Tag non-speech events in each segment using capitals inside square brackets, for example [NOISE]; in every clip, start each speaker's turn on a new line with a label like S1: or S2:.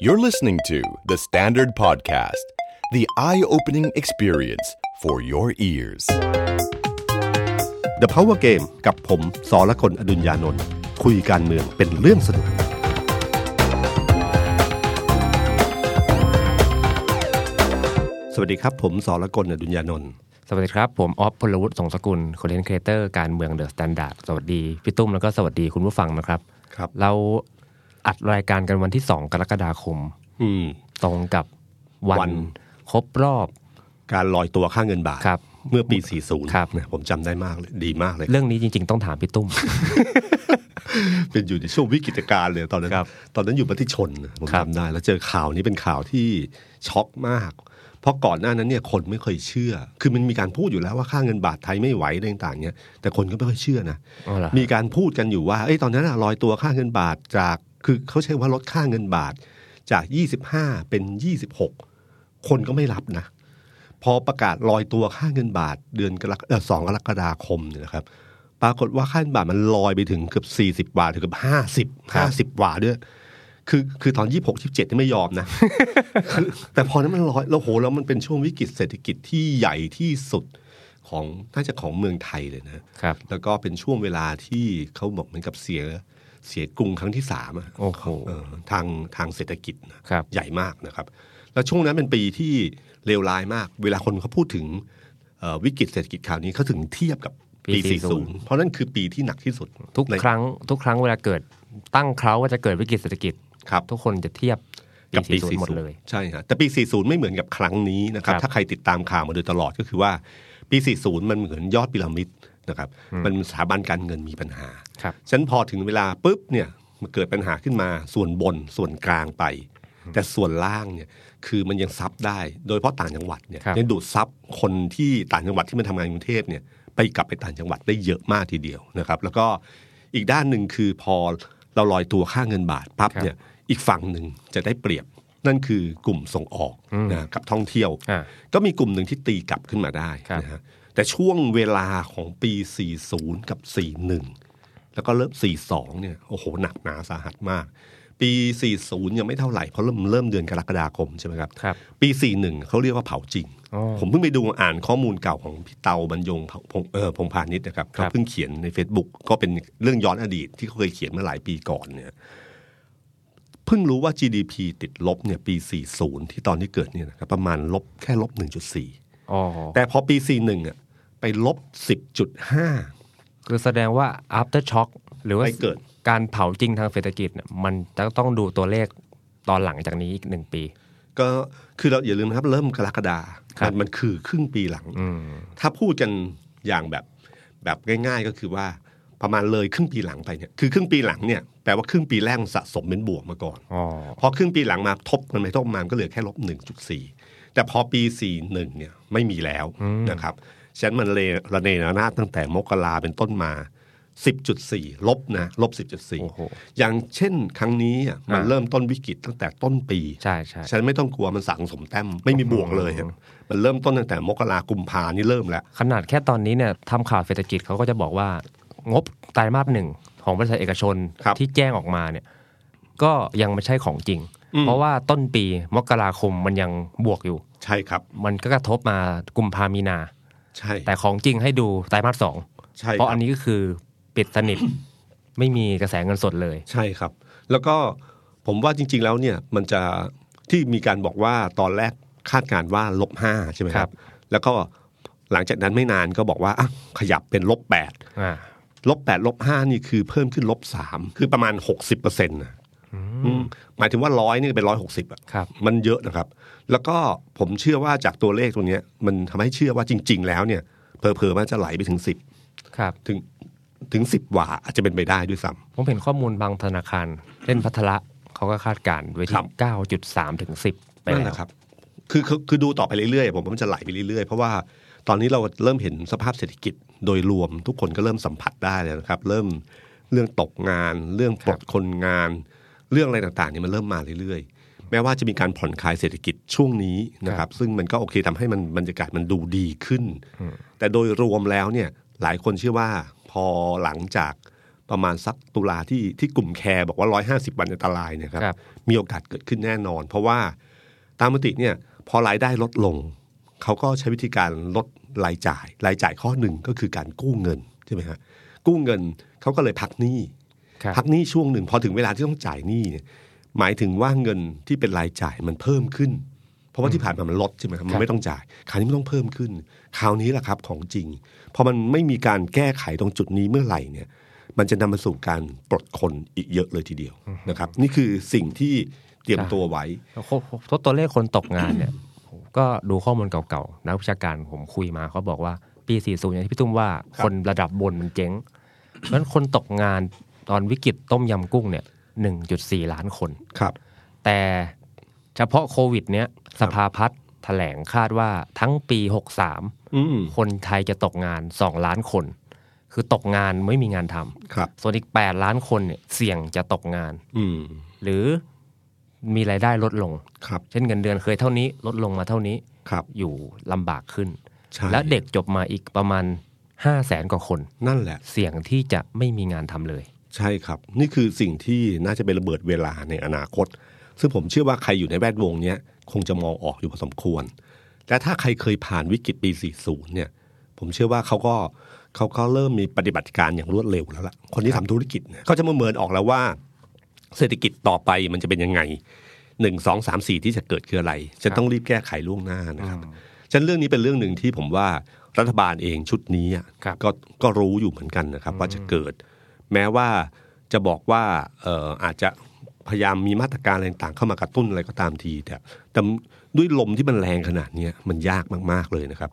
S1: You're listening to The Standard Podcast, the eye opening experience for your ears.
S2: The Power Game กับผมสอละคนอดุญญานนท์คุยการเมืองเป็นเรื่องสนุก สวัสดีครับ ผมสอละคนอดุญญานนท์
S3: สวัสดีครับ ผมออฟพลวุฒิสงสกุลคอนเทนต์ครีเอเตอร์การเมืองเดอะสแตนดาร์ดสวัสดี พี่ตุ้มแล้วก็สวัสดีคุณผู้ฟังนะครับ
S2: ครับ
S3: เราอัดรายการกันวันที่ 2 กรกฎาคม
S2: อืม
S3: ตรงกับวัน
S2: วัน
S3: ครบรอบ
S2: การลอยตัวค่าเงินบาท
S3: ครับ
S2: เมื่อปี 40
S3: ครับ
S2: เนี่ยผมจำได้มากเลยดีมากเลย
S3: เรื่องนี้จริง ๆ ต้องถามพี่ตุ้ม
S2: เป็นอยู่ในช่วงวิกฤตการณ์เลยตอนนั้น
S3: ครับ
S2: ตอนนั้นอยู่ประเทศชนนะผม
S3: ครับ
S2: จำได้ แล้วเจอข่าวนี้เป็นข่าวที่ช็อกมาก เพราะก่อนหน้านั้นเนี่ยคนไม่เคยเชื่อ คือมันมีการพูดอยู่แล้วว่าค่าเงินบาทไทยไม่ไหวอะไรต่างๆเนี่ยแต่คนก็ไม่ค่อยเชื่อนะ
S3: อ๋อเหรอ
S2: มีการพูดกันอยู่ว่าเอ้ยตอนนั้นอะลอยตัวค่าเงินบาทจาก คือเขาใช้ว่าลดค่าเงินบาทจาก 25 เป็น 26 คนก็ไม่รับนะ พอประกาศลอยตัวค่าเงินบาทเดือนกรกเอ่อสองกรกฎาคมเนี่ยนะครับ ปรากฏว่าค่าเงินบาทมันลอยไปถึงเกือบ 40 บาทถึงเกือบ 50
S3: ครับ
S2: 50บาทด้วย คือคือตอน 26 27นี่ไม่ยอมนะ
S3: [LAUGHS]
S2: คือแต่พอนั้นมันลอยแล้วโหแล้วมันเป็นช่วงวิกฤตเศรษฐกิจที่ใหญ่ที่สุดของน่าจะของเมืองไทยเลยนะ
S3: ครับ
S2: แล้วก็เป็นช่วงเวลาที่เขาบอกเหมือนกับเสียเสียกรุงครั้งที่สามอะ
S3: โอ้โห
S2: เออทางทางเศรษฐกิจนะครับ ใหญ่มากนะครับ แล้วช่วงนั้นเป็นปีที่เลวร้ายมาก เวลาคนเขาพูดถึงเอ่อวิกฤตเศรษฐกิจคราวนี้เขาถึงเทียบกับ
S3: ปี
S2: ปี
S3: 40
S2: 40 เพราะนั่นคือปีที่หนักที่สุด
S3: ทุก
S2: ใน
S3: ครั้งทุกครั้งเวลาเกิดตั้งเคราว่าจะเกิดวิกฤตเศรษฐกิจ
S2: ครับ
S3: ทุกคนจะเทียบ
S2: กับปี
S3: 40
S2: 40
S3: หมดเลย
S2: ใช่ฮะแต่ปี 40 ไม่เหมือนกับครั้งนี้นะครับ
S3: ครับ
S2: ถ้าใครติดตามข่าวมาโดยตลอดก็คือว่า ปี 40 มันเหมือนยอดพีระมิดนะครับ มันสถาบันการเงินมีปัญหา
S3: ครับ
S2: ฉะนันพอถึงเวลาปุ๊บเนี่ยมันเกิดปัญหาขึ้นมาส่วนบนส่วนกลางไป แต่ส่วนล่างเนี่ยคือมันยังซับได้ โดยเฉพาะต่างจังหวัดเนี่ย
S3: ครับ
S2: ยังดูดซับคนที่ต่างจังหวัดที่มันทำงานกรุงเทพเนี่ยไปกลับไปต่างจังหวัดได้เยอะมากทีเดียวนะครับ แล้วก็อีกด้านหนึ่งคือพอเราลอยตัวค่าเงินบาทปั๊บเนี่ยอีกฝั่งหนึ่งจะได้เปรียบ นั่นคือกลุ่มส่งออกนะกับท่องเที่ยว
S3: อ่า
S2: ก็มีกลุ่มหนึ่งที่ตีกลับขึ้นมาได้
S3: ครับ
S2: นะฮะแต่ช่วงเวลาของปี 40 กับ 41 แล้วก็เริ่ม 42 เนี่ย โอ้โห หนักหนาสาหัสมาก ปี 40 ยังไม่เท่าไหร่ เพราะเริ่มเริ่มเดือนกรกฎาคมใช่ไหมครับ
S3: ครับ
S2: ปี 41 เขาเรียกว่าเผาจริง
S3: อ๋อ
S2: ผมเพิ่งไปดูอ่านข้อมูลเก่าของพี่เตาบรรยงเผ่าพงเออพงพาณิชย์นะครับ
S3: ครั
S2: เขา
S3: บ
S2: เพิ่งเขียนใน Facebook ก็เป็นเรื่องย้อนอดีตที่เขาเคยเขียนเมื่อหลายปีก่อนเนี่ยเพิ่งรู้ว่า GDP ติดลบเนี่ยปี 40 ที่ตอนที่เกิดเนี่ยนะครับประมาณลบแค่ลบ 1.4
S3: อ๋อ
S2: แต่พอปี 41อ่ะไปลบ 10.5
S3: คือแสดงว่า after shock หรือว่า
S2: ไปเกิด
S3: การเผาจริงทางเศรษฐกิจเนี่ยมันจะต้องดูตัวเลขตอนหลังจากนี้อีกหนึ่งปี
S2: ก็คือเราอย่าลืมนะครับ เริ่มกรกฎา
S3: ครั
S2: มั
S3: บ
S2: นมันคือครึ่งปีหลัง
S3: อืม
S2: ถ้าพูดกันอย่างแบบแบบง่าย ๆก็คือว่าประมาณเลยครึ่งปีหลังไปเนี่ยคือครึ่งปีหลังเนี่ยแปลว่าครึ่งปีแรกมันสะสมเป็นบวกมาก่อน
S3: อ๋อ
S2: พอครึ่งปีหลังมาทบกันไปทบมามันก็เหลือแค่ลบ 1.4 แต่พอปี 41 เนี่ยไม่มีแล้วนะครับฉะนั้นมันเลระเนระนาดตั้งแต่มกราเป็นต้นมา 10.4 ลบนะลบ
S3: โอ้โห
S2: 10.4 อย่างเช่นครั้งนี้อ่ะมัน
S3: อ่า
S2: เริ่มต้นวิกฤตตั้งแต่ต้นปี
S3: ใช่ใช่
S2: ฉันไม่ต้องกลัวมันสั่งสมแต้มไม่มีบวกเลยอะมันเริ่มต้นตั้งแต่มกรากุมภานี่เริ่มแล้ว
S3: ขนาดแค่ตอนนี้เนี่ยทำข่าวเศรษฐกิจเขาก็จะบอกว่างบไตรมาสหนึ่งของบริษัทเอกชน
S2: ครับ
S3: ที่แจ้งออกมาเนี่ยก็ยังไม่ใช่ของจริง
S2: อืม
S3: เพราะว่าต้นปีมกราคมมันยังบวกอยู่
S2: ใช่ครับ
S3: มันก็กระทบมากุมภามีนา
S2: ใช่
S3: แต่ของจริงให้ดูไตรมาสสอง
S2: ใช่
S3: เพราะ
S2: คบ
S3: อันนี้ก็คือปิดส
S2: [COUGHS]
S3: นิท ไม่มีกระแสเงินสดเลย
S2: ใช่ครับ แล้วก็ผมว่าจริง ๆ แล้วเนี่ยมันจะที่มีการบอกว่าตอนแรกคาดการณ์ว่าลบห้าใช่ไหมค
S3: ครั
S2: รับ
S3: บ
S2: แล้วก็หลังจากนั้นไม่นานก็บอกว่าอ่ะขยับเป็นลบแปด
S3: อ่า
S2: ลบแปดลบห้านี่คือเพิ่มขึ้นลบสามคือประมาณหกสิบเปอร์เซ็นต์นะอืมหมายถึงว่าร้อยนี่เป็นร้อยหกสิบอะ
S3: ครับ
S2: มันเยอะนะครับ แล้วก็ผมเชื่อว่าจากตัวเลขตรงเนี้ยมันทำให้เชื่อว่าจริง ๆ แล้วเนี่ยเพอเพอๆมันจะไหลไปถึงสิบ
S3: ครับ
S2: ถึงถึงสิบหว่าอาจจะเป็นไปได้ด้วยซ้
S3: ผมเห็นข้อมูลบางธนาคารเล่นพัทละเขาก็คาดการณ์ไว้
S2: ครั
S3: ที่
S2: บ
S3: เก้าจุดสามถึงสิบ
S2: ำ
S3: ไปแล้ว
S2: นั่นแหละครับ คือคือคือดูต่อไปเรื่อยๆ ผมว่ามันจะไหลไปเรื่อยๆ เพราะว่าตอนนี้เราเริ่มเห็นสภาพเศรษฐกิจโดยรวมทุกคนก็เริ่มสัมผัสได้แล้วนะครับ เริ่มเรื่องตกงาน เรื่องปลดคนงาน เรื่องอะไรต่างๆเนี่ยมันเริ่มมาเรื่อยๆ แม้ว่าจะมีการผ่อนคลายเศรษฐกิจช่วงนี้นะครับ ซึ่งมันก็โอเคทำให้มันบรรยากาศมันดูดีขึ้น แต่โดยรวมแล้วเนี่ยหลายคนเชื่อว่าพอหลังจาก ประมาณสักตุลาที่ที่กลุ่มแคร์บอกว่า 150 วันอันตรายเนี่ยครับ
S3: ครับ
S2: มีโอกาสเกิดขึ้นแน่นอน เพราะว่าตามมติเนี่ยพอรายได้ลดลง เขาก็ใช้วิธีการลดรายจ่าย รายจ่ายข้อหนึ่งก็คือการกู้เงินใช่ไหมฮะกู้เงินเขาก็เลยพักหนี้
S3: ครับ
S2: พักหนี้ช่วงหนึ่งพอถึงเวลาที่ต้องจ่ายหนี้เนี่ยหมายถึงว่าเงินที่เป็นรายจ่ายมันเพิ่มขึ้น เพราะว่าที่ผ่านมามันลดใช่ไหมครับมั
S3: ครั
S2: น
S3: บ
S2: ไม่ต้องจ่าย คราวนี้มันต้องเพิ่มขึ้น คราวนี้แหละครับของจริง พอมันไม่มีการแก้ไขตรงจุดนี้เมื่อไหร่เนี่ย มันจะนำมาสู่การปลดคนอีกเยอะเลยทีเดียวนะครับ นี่คือสิ่งที่เตรียมตัวไว้
S3: แล้วก็ทดตัวเลขคนตกงานเนี่ย ผมก็ดูข้อมูลเก่าๆนักวิชาการผมคุยมาเขาบอกว่าปี 40อย่างที่พี่ตุ้มว่า
S2: ครับ
S3: คนระดับบนมันเจ๊งเพราะฉะนั้นคนตกงานตอนวิกฤตต้มยำกุ้งเนี่ย 1.4 ล้านคน
S2: ครับ
S3: แต่เฉพาะโควิดเนี้ยสภาพัฒน์แถลงคาดว่าทั้งปี 63
S2: อืม
S3: คนไทยจะตกงาน 2 ล้านคน คือตกงานไม่มีงานทำ
S2: ครับ
S3: ส่วนอีก 8 ล้านคนเนี่ยเสี่ยงจะตกงาน
S2: อืม
S3: หรือมีรายได้ลดลง
S2: ครับ
S3: เช่นเงินเดือนเคยเท่านี้ลดลงมาเท่านี้
S2: ครับ
S3: อยู่ลำบากขึ้น
S2: ใช่
S3: และเด็กจบมาอีกประมาณ 5 0 0แสนกว่าคน
S2: นั่นแหละ
S3: เสี่ยงที่จะไม่มีงานทำเลย
S2: ใช่ครับ นี่คือสิ่งที่น่าจะเป็นระเบิดเวลาในอนาคต ซึ่งผมเชื่อว่าใครอยู่ในแวดวงเนี้ยคงจะมองออกอยู่พอสมควร แต่ถ้าใครเคยผ่านวิกฤตปี 40 เนี่ย ผมเชื่อว่าเขาก็เขาก็เริ่มมีปฏิบัติการอย่างรวดเร็วแล้วล่ะ คนที่ทำธุรกิจเนี่ยเขาจะประเมินออกแล้วว่า เศรษฐกิจต่อไปมันจะเป็นยังไงหนึ่งสองสามสี่ที่จะเกิดคืออะไรจะต้องรีบแก้ไขล่วงหน้านะครับฉะนันเรื่องนี้เป็นเรื่องหนึ่งที่ผมว่ารัฐบาลเองชุดนี้อะ
S3: ครับ
S2: ก็ก็รู้อยู่เหมือนกันนะครับ ว่าจะเกิด แม้ว่าจะบอกว่าเอ่ออาจจะพยายามมีมาตรการอะไรต่างๆเข้ามากระตุ้นอะไรก็ตามทีแต่แต่ด้วยลมที่มันแรงขนาดเนี้ยมันยากมากๆเลยนะครับ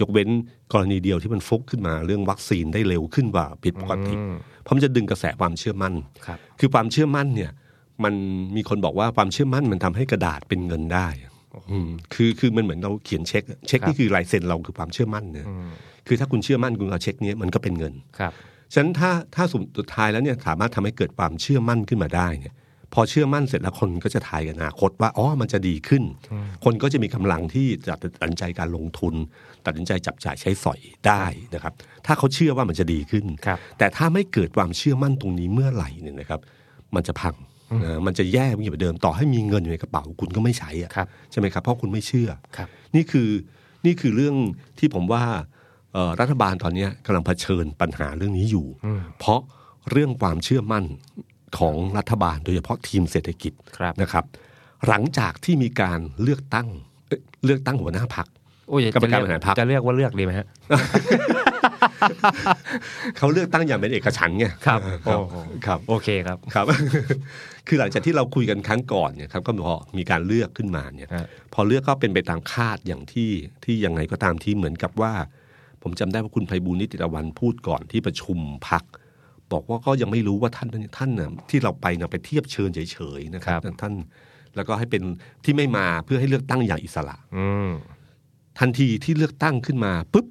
S2: ยกเว้นกรณีเดียวที่มันฟุกขึ้นมาเรื่องวัคซีนได้เร็วขึ้นกว่าผิดปกติเพราะมันจะดึงกระแสความเชื่อมั่น
S3: ครับ
S2: คือความเชื่อมั่นเนี่ยมันมีคนบอกว่าความเชื่อมั่นมันทำให้กระดาษเป็นเงินได้อืมคือคือมันเหมือนเราเขียนเช็ค เช็ค
S3: ครับ
S2: นี่คือลายเซ็นเราคือความเชื่อมั่นเนี่ยคือถ้าคุณเชื่อมั่นคุณเอาเช็คเนี้ยมันก็เป็นเงิน
S3: ครับ
S2: ฉะนั้นถ้าถ้าสุดสุดท้ายแล้วเนี่ยสามารถทำให้เกิดความเชื่อมั่นขึ้นมาได้เนี่ยพอเชื่อมั่นเสร็จแล้วคนก็จะทายกันอนาคตว่าอ๋อมันจะดีขึ้น คนก็จะมีกำลังที่จะตัดสินใจการลงทุน ตัดสินใจจับจ่ายใช้สอยได้นะครับ ถ้าเขาเชื่อว่ามันจะดีขึ้น
S3: ครับ
S2: แต่ถ้าไม่เกิดความเชื่อมั่นตรงนี้เมื่อไหร่เนี่ยนะครับ มันจะพังนะมันจะแย่ยิ่งกว่าเดิมต่อให้มีเงินอยู่ในกระเป๋าคุณก็ไม่ใช้อะ
S3: ครับ
S2: ใช่ไหมครับเพราะคุณไม่เชื่อ
S3: ครับ
S2: นี่คือนี่คือเรื่องที่ผมว่าเอ่อรัฐบาลตอนเนี้ยกำลังเผชิญปัญหาเรื่องนี้อยู่ เพราะเรื่องความเชื่อมั่นของรัฐบาลโดยเฉพาะทีมเศรษฐกิจ
S3: ครับ
S2: นะครับ หลังจากที่มีการเลือกตั้งเอ้ยเลือกตั้งหัวหน้าพัก
S3: โอ้ย
S2: กรรมการบริหารพรรค
S3: จะเลือกว่าเลือกดีไหมฮะ
S2: เขาเลือกตั้งอย่างเป็นเอกฉันท์ไง
S3: ครับ
S2: ครั
S3: โอ้โห
S2: ครับ
S3: โอเคครับ
S2: ครับ [LAUGHS] คือหลังจากที่เราคุยกันครั้งก่อนเนี่ยครับก็พอมีการเลือกขึ้นมาเนี่ย
S3: ฮะ
S2: พอเลือกก็เป็นไปตามคาดอย่างที่ที่ยังไงก็ตามที่เหมือนกับว่า ผมจำได้ว่าคุณไพบูลย์นิติตะวันพูดก่อนที่ประชุมพัก บอกว่าก็ยังไม่รู้ว่าท่านท่านน่ะที่เราไปน่ะไปเทียบเชิญเฉยๆนะครั
S3: ครับ บ
S2: ท่าน แล้วก็ให้เป็นที่ไม่มาเพื่อให้เลือกตั้งอย่างอิสระ
S3: อืม
S2: ทันทีที่เลือกตั้งขึ้นมาปุ๊บ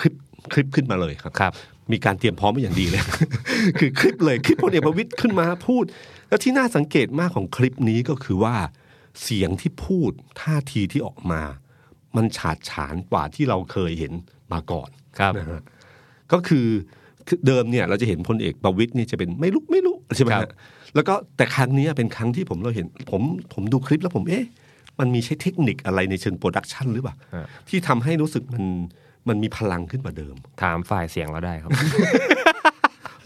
S2: คลิปคลิปขึ้นมาเลยครับ
S3: ครับ
S2: มีการเตรียมพร้อมมาอย่างดีเลย [LAUGHS] คือคลิปเลยคลิปพลเอกประวิตยขึ้นมาพูด แล้วที่น่าสังเกตมากของคลิปนี้ก็คือว่า เสียงที่พูดท่าทีที่ออกมา มันฉาดฉานกว่าที่เราเคยเห็นมาก่อน
S3: ครับ
S2: นะฮะก็คือคือเดิมเนี่ยเราจะเห็นพลเอกประวิตยเนี่ยจะเป็นไม่รู้ไม่รู้ใช่ไหม
S3: ครับ
S2: ฮะแล้วก็แต่ครั้งเนี้ยเป็นครั้งที่ผมเราเห็นผมผมดูคลิปแล้วผมเอ๊ะมันมีใช้เทคนิคอะไรในเชิงโปรดักชันหรือเปล่า
S3: ฮะ
S2: ที่ทำให้รู้สึกมันมันมีพลังขึ้นกว่าเดิม
S3: ถามฝ่ายเสียงเราได้ครับ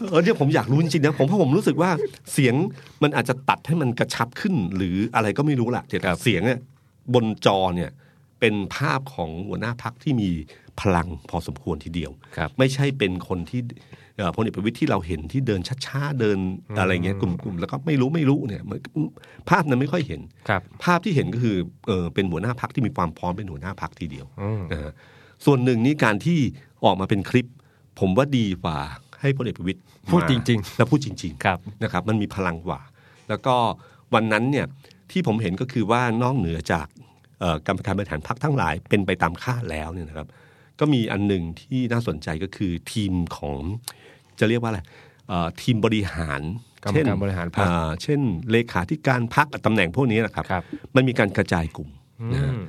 S2: เออเนี่ยผมอยากรู้จริงๆนะผมเพราะผมรู้สึกว่าเสียงมันอาจจะตัดให้มันกระชับขึ้น หรืออะไรก็ไม่รู้ล่ะแต่เสียงเนี่ยบนจอเนี่ยเป็นภาพของหัวหน้าพักที่มีพลังพอสมควรทีเดียว
S3: ครับ
S2: ไม่ใช่เป็นคนที่เอ่อพลเอกประวิตยที่เราเห็นที่เดินช้าๆเดินอะไรเงี้ยกลุ่มๆแล้วก็ไม่รู้ไม่รู้เนี่ยมันภาพนั้นไม่ค่อยเห็น
S3: ครับ
S2: ภาพที่เห็นก็คือเออเป็นหัวหน้าพักที่มีความพร้อมเป็นหัวหน้าพักทีเดียว
S3: อืม
S2: นะฮะส่วนหนึ่งนี่การที่ออกมาเป็นคลิป ผมว่าดีกว่าให้พลเอกประวิตย
S3: พูดจริง
S2: ๆแล้วพูดจริง
S3: ๆ ครับ
S2: ๆ นะครับ มันมีพลังกว่า แล้วก็วันนั้นเนี่ยที่ผมเห็นก็คือว่านอกเหนือจากเอ่อกรรมการบริหารพักทั้งหลายเป็นไปตามคาดแล้วเนี่ยนะครับ ก็มีอันหนึ่งที่น่าสนใจก็คือทีมของจะเรียกว่าอะไรเอ่อทีมบริหาร
S3: กรรม
S2: เช่น
S3: การบริหารพรรค
S2: อ่าเช่น เลขาธิการพักตำแหน่งพวกนี้นะครับ
S3: ครับ
S2: มันมีการกระจายกลุ่มนะฮะ
S3: อืม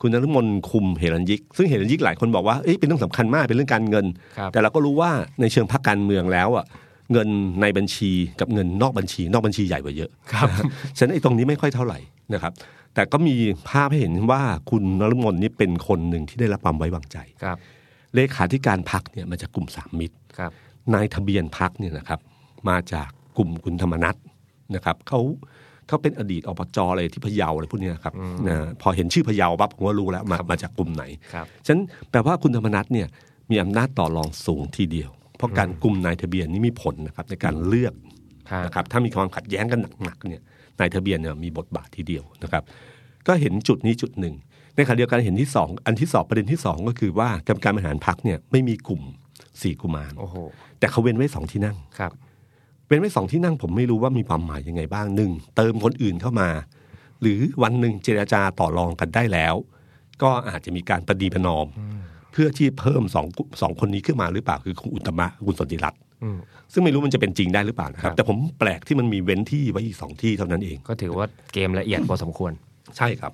S2: คุณนรุมนคุมเหรัญยิก ซึ่งเหรัญยิกหลายคนบอกว่าเอ้ยเป็นเรื่องสำคัญมากเป็นเรื่องการเงิน
S3: ครับ
S2: แต่เราก็รู้ว่าในเชิงพักการเมืองแล้วอ่ะ เงินในบัญชีกับเงินนอกบัญชี นอกบัญชีใหญ่กว่าเยอะ
S3: ครับ
S2: ฉะนั้นไอ้ตรงนี้ไม่ค่อยเท่าไหร่นะครับ แต่ก็มีภาพให้เห็นว่าคุณนรมนนี่เป็นคนหนึ่งที่ได้รับความไว้วางใจ
S3: ครับ
S2: เลขาธิการพักเนี่ยมาจากกลุ่มสามมิตร
S3: ครับ
S2: นายทะเบียนพักเนี่ยนะครับ มาจากกลุ่มคุณธรรมนัฐนะครับเขาเขาเป็นอดีตอบจอะไรที่พะเยาอะไรพวกเนี้ยครับนะพอเห็นชื่อพะเยาปั๊บผมก็รู้แล้วมามาจากกลุ่มไหน
S3: ครับ
S2: ฉะนั้นแปลว่าคุณธรรมนัฐเนี่ยมีอำนาจต่อรองสูงทีเดียว เพราะการกลุ่มนายทะเบียนนี่มีผลนะครับในการเลือก
S3: ฮะ
S2: นะครับถ้ามีความขัดแย้งกันหนักๆเนี่ยนายทะเบียนเนี่ยมีบทบาททีเดียวนะครับ ก็เห็นจุดนี้จุดหนึ่งในขณะเดียวกันเห็นที่สองอันที่สองประเด็นที่สองก็คือว่ากรรมการบริหารพักเนี่ยไม่มีกลุ่มสี่กุมาร
S3: โอ้โห
S2: แต่เขาเว้นไว้สองที่นั่ง
S3: ครับ
S2: เว้นไว้สองที่นั่งผมไม่รู้ว่ามีความหมายยังไงบ้างหนึ่งเติมคนอื่นเข้ามา หรือวันหนึ่งเจราจาต่อรองกันได้แล้ว ก็อาจจะมีการประดีประนอม เพื่อที่เพิ่มสองสองคนนี้ขึ้นมาหรือเปล่าคือคุณอุตตมะกับคุณสนธิรัตน์
S3: อืม
S2: ซึ่งไม่รู้มันจะเป็นจริงได้หรือเปล่านะค
S3: ค
S2: รั
S3: รั
S2: บ
S3: บ
S2: แต่ผมแปลกที่มันมีเว้นที่ไว้อีกสองที่เท่านั้นเอง
S3: ก็ถือว่าเกมละเอียดพอสมควร
S2: ใช่ครับ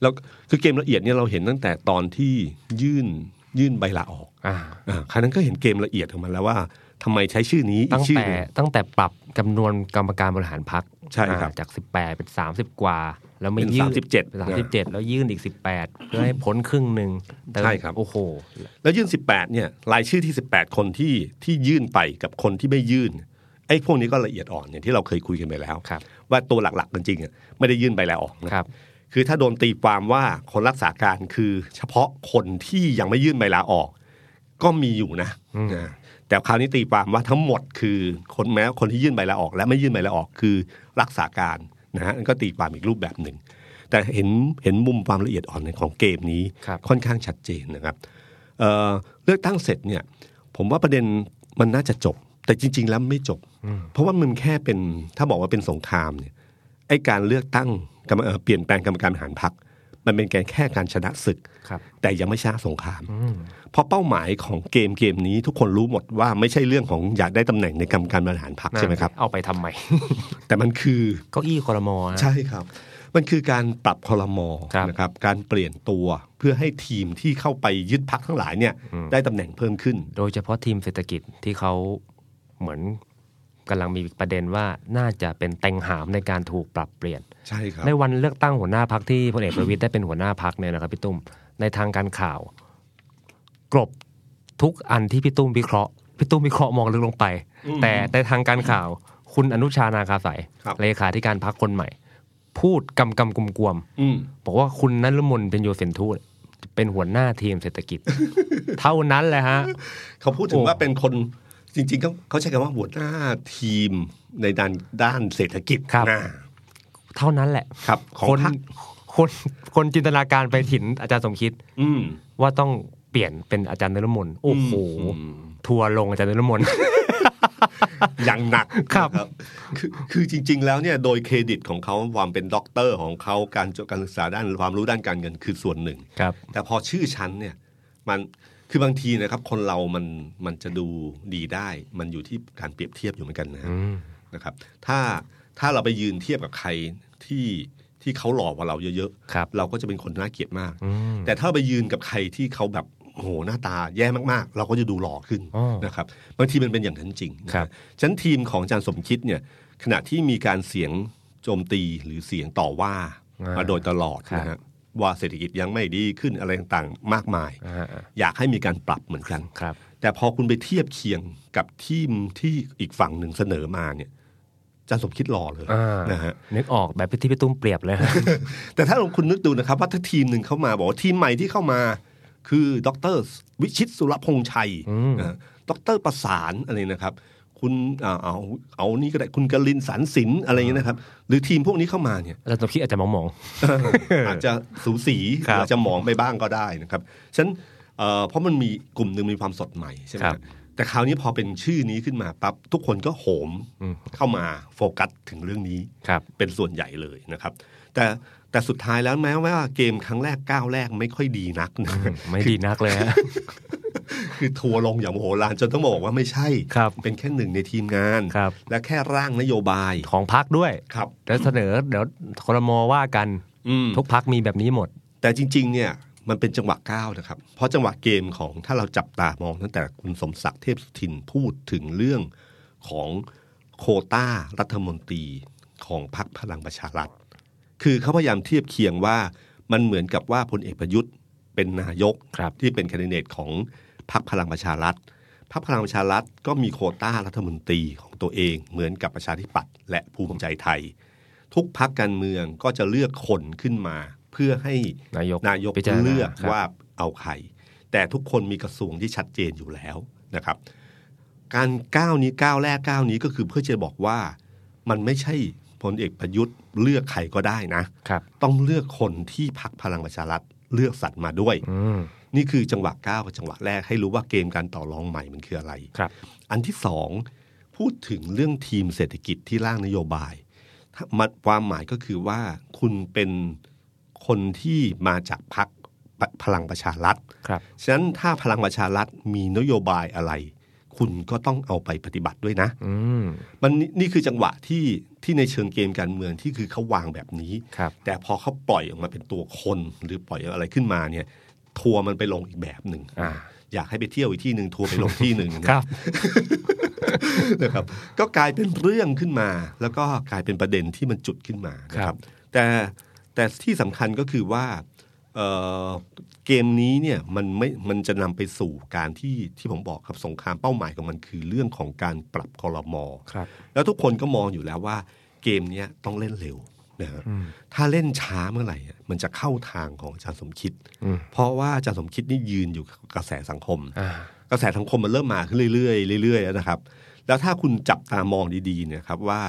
S2: แล้วคือเกมละเอียดเนี่ยเราเห็นตั้งแต่ตอนที่ยื่นยื่นใบลาออก
S3: อ่า
S2: อ่าครั้งนั้นก็เห็นเกมละเอียดของมันแล้วว่าทำไมใช้ชื่อนี้อี
S3: ตั้
S2: ก
S3: ง
S2: ชื่อ
S3: แต่
S2: หนึ่ง
S3: ตั้งแต่ปรับจำนวนกรรมการบริหารพัก
S2: ใช่ครับ
S3: จาก 18 เป็น 30 กว่า แล้วไม่
S2: เป็น
S3: ยื่น
S2: 37
S3: เป็น37 แล้วยื่นอีก 18 เพื่อให้พ้นครึ่งหนึ่งเติม
S2: ใช่ครับ
S3: โอ้โห
S2: แล้วยื่น 18 เนี่ย รายชื่อที่ 18 คนที่ที่ยื่นไปกับคนที่ไม่ยื่น ไอ้พวกนี้ก็ละเอียดอ่อนอย่างที่เราเคยคุยกันไปแล้ว
S3: ครับ
S2: ว่าตัวหลักๆกันจริงๆอ่ะไม่ได้ยื่นใบลาออกนะครับ คือถ้าโดนตีความว่าคนรักษาการคือเฉพาะคนที่ยังไม่ยื่นใบลาออก ก็มีอยู่นะนะแต่คราวนี้ตีความว่าทั้งหมดคือคนแม้คนที่ยื่นใบลาออก และไม่ยื่นใบลาออกคือรักษาการนะฮะก็ตีความอีกรูปแบบหนึ่ง แต่เห็นเห็นมุมความละเอียดอ่อนในของเกมนี้
S3: ครับ
S2: ค่อนข้างชัดเจนนะครับเอ่อเลือกตั้งเสร็จเนี่ย ผมว่าประเด็นมันน่าจะจบ แต่จริง ๆ แล้วไม่จบ เพราะว่ามันแค่เป็นถ้าบอกว่าเป็นสงครามเนี่ยไอ้การเลือกตั้งกรรมเอ่อเปลี่ยนแปลงกรรมการบริหารพรรคมันเป็นการแค่การชนะศึก
S3: ครับ
S2: แต่ยังไม่ชนะสงคราม เพราะเป้าหมายของเกมเกมนี้ทุกคนรู้หมดว่าไม่ใช่เรื่องของอยากได้ตำแหน่งในกรรมการบริหารพรรคใช่ไหมครับ
S3: เอาไปทำไม
S2: แต่มันคือ
S3: เก้าอี้คอรมอฮะ
S2: ใช่ครับ มันคือการปรับคอรมอ
S3: ครับ
S2: นะครับ การเปลี่ยนตัวเพื่อให้ทีมที่เข้าไปยึดพักทั้งหลายเนี่ย ได้ตำแหน่งเพิ่มขึ้น
S3: โดยเฉพาะทีมเศรษฐกิจที่เขาเหมือนกำลังมีประเด็นว่าน่าจะเป็นแตงหามในการถูกปรับเปลี่ยน
S2: ใช่ครับ
S3: ในวันเลือกตั้งหัวหน้าพักที่พลเอกประวิตยได้เป็นหัวหน้าพักเนี่ยนะครับพี่ตุ้มในทางการข่าว กลบทุกอันที่พี่ตุ้มวิเคราะห์พี่ตุ้มวิเคราะห์มองลึกลงไป แต่ในทางการข่าว คุณอนุชานาคาสาย
S2: ครับ
S3: เลขาธิการพักคนใหม่ พูดกำกำกุมกวม
S2: อืม
S3: ๆบอกว่าคุณนรมนเป็นโยเซนทูตเป็นหัวหน้าทีมเศรษฐ
S2: [LAUGHS]
S3: กิจ เท่านั้นแหละฮะ
S2: เขาพูดถึง
S3: โอ้
S2: ว่าเป็นคนจริงๆเขาเขาใช้คำว่าหัวหน้าทีมในด้านด้านเศรษฐกิจ
S3: ครับ
S2: นะ
S3: เท่านั้นแหละ
S2: ครับ ของ
S3: คน
S2: พรรค
S3: คนคนจินตนาการไปถิ่นอาจารย์สมคิด
S2: อืม
S3: ว่าต้องเปลี่ยนเป็นอาจารย์นรมนโอ้โหทัวร์ลงอาจารย์นรมน
S2: อย่างหนัก
S3: ครับ
S2: นะคือคือจริง ๆ แล้วเนี่ยโดยเครดิตของเขาความเป็นด็อกเตอร์ของเขาการจบการศึกษาด้านความรู้ด้านการเงินคือส่วนหนึ่ง
S3: ครับ
S2: แต่พอชื่อชั้นเนี่ยมันคือบางทีนะครับ คนเรามันมันจะดูดีได้ มันอยู่ที่การเปรียบเทียบอยู่เหมือนกันนะนะครับ ถ้าถ้าเราไปยืนเทียบกับใครที่ที่เขาหล่อกว่าเราเยอะ
S3: ครับ
S2: เราก็จะเป็นคนน่าเกลียดมาก แต่ถ้าไปยืนกับใครที่เขาแบบโอ้โหหน้าตาแย่มากๆ เราก็จะดูหล่อขึ้น
S3: อ๋อ
S2: นะครับบางทีมันเป็นอย่างนั้นจริงนะครับ ฉะนันทีมของอาจารย์สมคิดเนี่ยขณะที่มีการเสียงโจมตีหรือเสียงต่อว่ามาโดยตลอดนะฮะว่าเศรษฐกิจยังไม่ดีขึ้นอะไรต่างๆ มากมาย
S3: อ่า
S2: อยากให้มีการปรับเหมือนกัน
S3: ครับ
S2: แต่พอคุณไปเทียบเคียงกับทีมที่อีกฝั่งหนึ่งเสนอมาเนี่ยอาจารย์สมคิดหล่อเลย
S3: อ่า
S2: นะฮะ
S3: นึกออกแบบที่พี่ตุ้มเปรียบ [LAUGHS] เลยฮะ
S2: แต่ถ้าลองคุณนึกดูนะครับ ว่าถ้าทีมหนึ่งเข้ามาบอกว่าทีมใหม่ที่เข้ามา คือดรวิชิตสุรพงษ์ชัยนะดรประสานอะไรนะครับ คุณอ่าเอาเอานี่ก็ได้คุณกลินสารสินอะไรอย่างนี้ยนะครับ หรือทีมพวกนี้เข้ามาเนี่ย
S3: อาจารย์สมคิดอาจจะมองมอง
S2: อาจจะสูสี
S3: ครับ
S2: อาจจะหมองไปบ้างก็ได้นะครับฉะนั้นเอ่อเพราะมันมีกลุ่มหนึ่งมีความสดใหม่ใช่ไหมฮะแต่คราวนี้พอเป็นชื่อนี้ขึ้นมาปั๊บทุกคนก็โหมเข้ามาโฟกัสถึงเรื่องนี้
S3: ครับ
S2: เป็นส่วนใหญ่เลยนะครับ แต่แต่สุดท้ายแล้วแม้ว่าเกมครั้งแรกก้าวแรกไม่ค่อยดีนัก [LAUGHS] นะ
S3: [LAUGHS] ไม่ดีนักเลยฮะ
S2: คือทัวร์ลงอย่างโมโหลานจนต้องบอกว่าไม่ใช่
S3: ครับ
S2: เป็นแค่หนึ่งในทีมงาน
S3: ครับ
S2: และแค่ร่างนโยบาย
S3: ของพักด้วย
S2: ครับ
S3: แล้วเสนอเดี๋ยวคอรมอว่ากัน
S2: อืม
S3: ทุกพักมีแบบนี้หมด
S2: แต่จริง ๆ เนี่ยมันเป็นจังหวะก้าวนะครับ เพราะจังหวะเกมของถ้าเราจับตามองตั้งแต่คุณสมศักดิ์เทพสุทินพูดถึงเรื่อง ของโควต้ารัฐมนตรีของพรรคพลังประชารัฐ คือเขาพยายามเทียบเคียงว่ามันเหมือนกับว่าพลเอกประยุทธ์เป็นนายก
S3: ครับ
S2: ที่เป็นแคนดิเดตของพรรคพลังประชารัฐพรรคพลังประชารัฐก็มีโควต้ารัฐมนตรีของตัวเอง เหมือนกับประชาธิปัตย์และภูมิใจไทย ทุกพรรคการเมืองก็จะเลือกคนขึ้นมา เพื่อให้
S3: นายก
S2: นายก
S3: พิจารณา
S2: เลือก
S3: ครับ
S2: ว่าเอาใครแต่ทุกคนมีกระทรวงที่ชัดเจนอยู่แล้วนะครับ การก้าวนี้ก้าวแรกก้าวนี้ก็คือเพื่อจะบอกว่ามันไม่ใช่พลเอกประยุทธ์เลือกใครก็ได้นะ
S3: ครับ
S2: ต้องเลือกคนที่พักพลังประชารัฐเลือกสัตว์มาด้วย
S3: อืม
S2: นี่คือจังหวะก้าวกับจังหวะแรกให้รู้ว่าเกมการต่อรองใหม่มันคืออะไร
S3: ครับ
S2: อันที่สองพูดถึงเรื่องทีมเศรษฐกิจที่ร่างนโยบายถ้ามันความหมายก็คือว่าคุณเป็นคนที่มาจากพักพลังประชารัฐ
S3: ครับ
S2: ฉะนั้นถ้าพลังประชารัฐมีนโยบายอะไร คุณก็ต้องเอาไปปฏิบัติด้วยนะ
S3: อืม
S2: มันนี่นี่คือจังหวะที่ที่ในเชิงเกมการเมืองที่คือเขาวางแบบนี้
S3: ครับ
S2: แต่พอเขาปล่อยออกมาเป็นตัวคนหรือปล่อยอะไรขึ้นมาเนี่ย ทัวร์มันไปลงอีกแบบหนึ่ง
S3: อ่า
S2: อยากให้ไปเที่ยวอีกที่หนึ่งทัวร์ไปลงที่ห
S3: [LAUGHS]
S2: นึ่ง
S3: ครับ
S2: นะครับ ก็กลายเป็นเรื่องขึ้นมา แล้วก็กลายเป็นประเด็นที่มันจุดขึ้นมานะค
S3: ครั
S2: รับ
S3: บ
S2: แต่แต่ที่สำคัญก็คือว่าเอ่อเกมนี้เนี่ยมันไม่มันจะนำไปสู่การที่ที่ผมบอกครับสงครามเป้าหมายของมันคือเรื่องของการปรับคอรมอ
S3: ครับ
S2: แล้วทุกคนก็มองอยู่แล้วว่าเกมเนี้ยต้องเล่นเร็วนะฮะถ้าเล่นช้าเมื่อไหร่อะมันจะเข้าทางของอาจารย์สมคิด
S3: อืม
S2: เพราะว่าอาจารย์สมคิดนี่ยืนอยู่กับกระแสสังคม
S3: อ่าก
S2: ระแสสังคมมันเริ่มมาขึ้นเรื่อยๆเรื่อยๆแล้วนะครับ แล้วถ้าคุณจับตามองดีๆเนี่ยครับว่า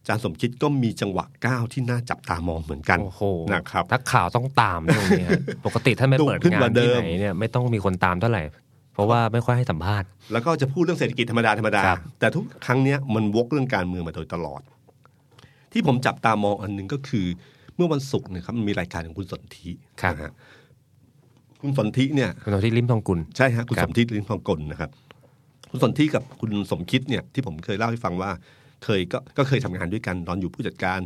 S2: อาจารย์สมคิดก็มีจังหวะก้าวที่น่าจับตามองเหมือนกัน
S3: โอ้โห
S2: นะครับ
S3: นักข่าวต้องต [LAUGHS] ามตรงนี้ฮะปกติถ้าไม่
S2: ดุ
S3: เปิด
S2: ขึ้น
S3: งาก น
S2: ว่าเดิ
S3: ที่
S2: ม
S3: ไหนเนี่ยไม่ต้องมีคนตามเท่าไหร่ เพราะว่าไม่ค่อยให้สัมภาษณ์
S2: แล้วก็จะพูดเรื่องเศรษฐกิจธรรมดาธรรมดา
S3: ครับ
S2: แต่ทุกครั้งเนี้ยมันวกเรื่องการเมืองมาโดยตลอด ที่ผมจับตามองอันหนึ่งก็คือ เมื่อวันศุกร์เนะครับมันมีรายการของคุณสนธินะฮะคุณสนธิเนี่ย
S3: คุณสมที่ลิ้มทองกุล
S2: ใช่ฮะคุณ
S3: ครั
S2: ส
S3: บ
S2: มทิลิ้นทองกลนะครับ คุณสนธิกับคุณสมคิดเนี่ยที่ผมเคยเล่าให้ฟังว่า เคยก็ก็เคยทำงานด้วยกันตอนอยู่ผู้จัดการ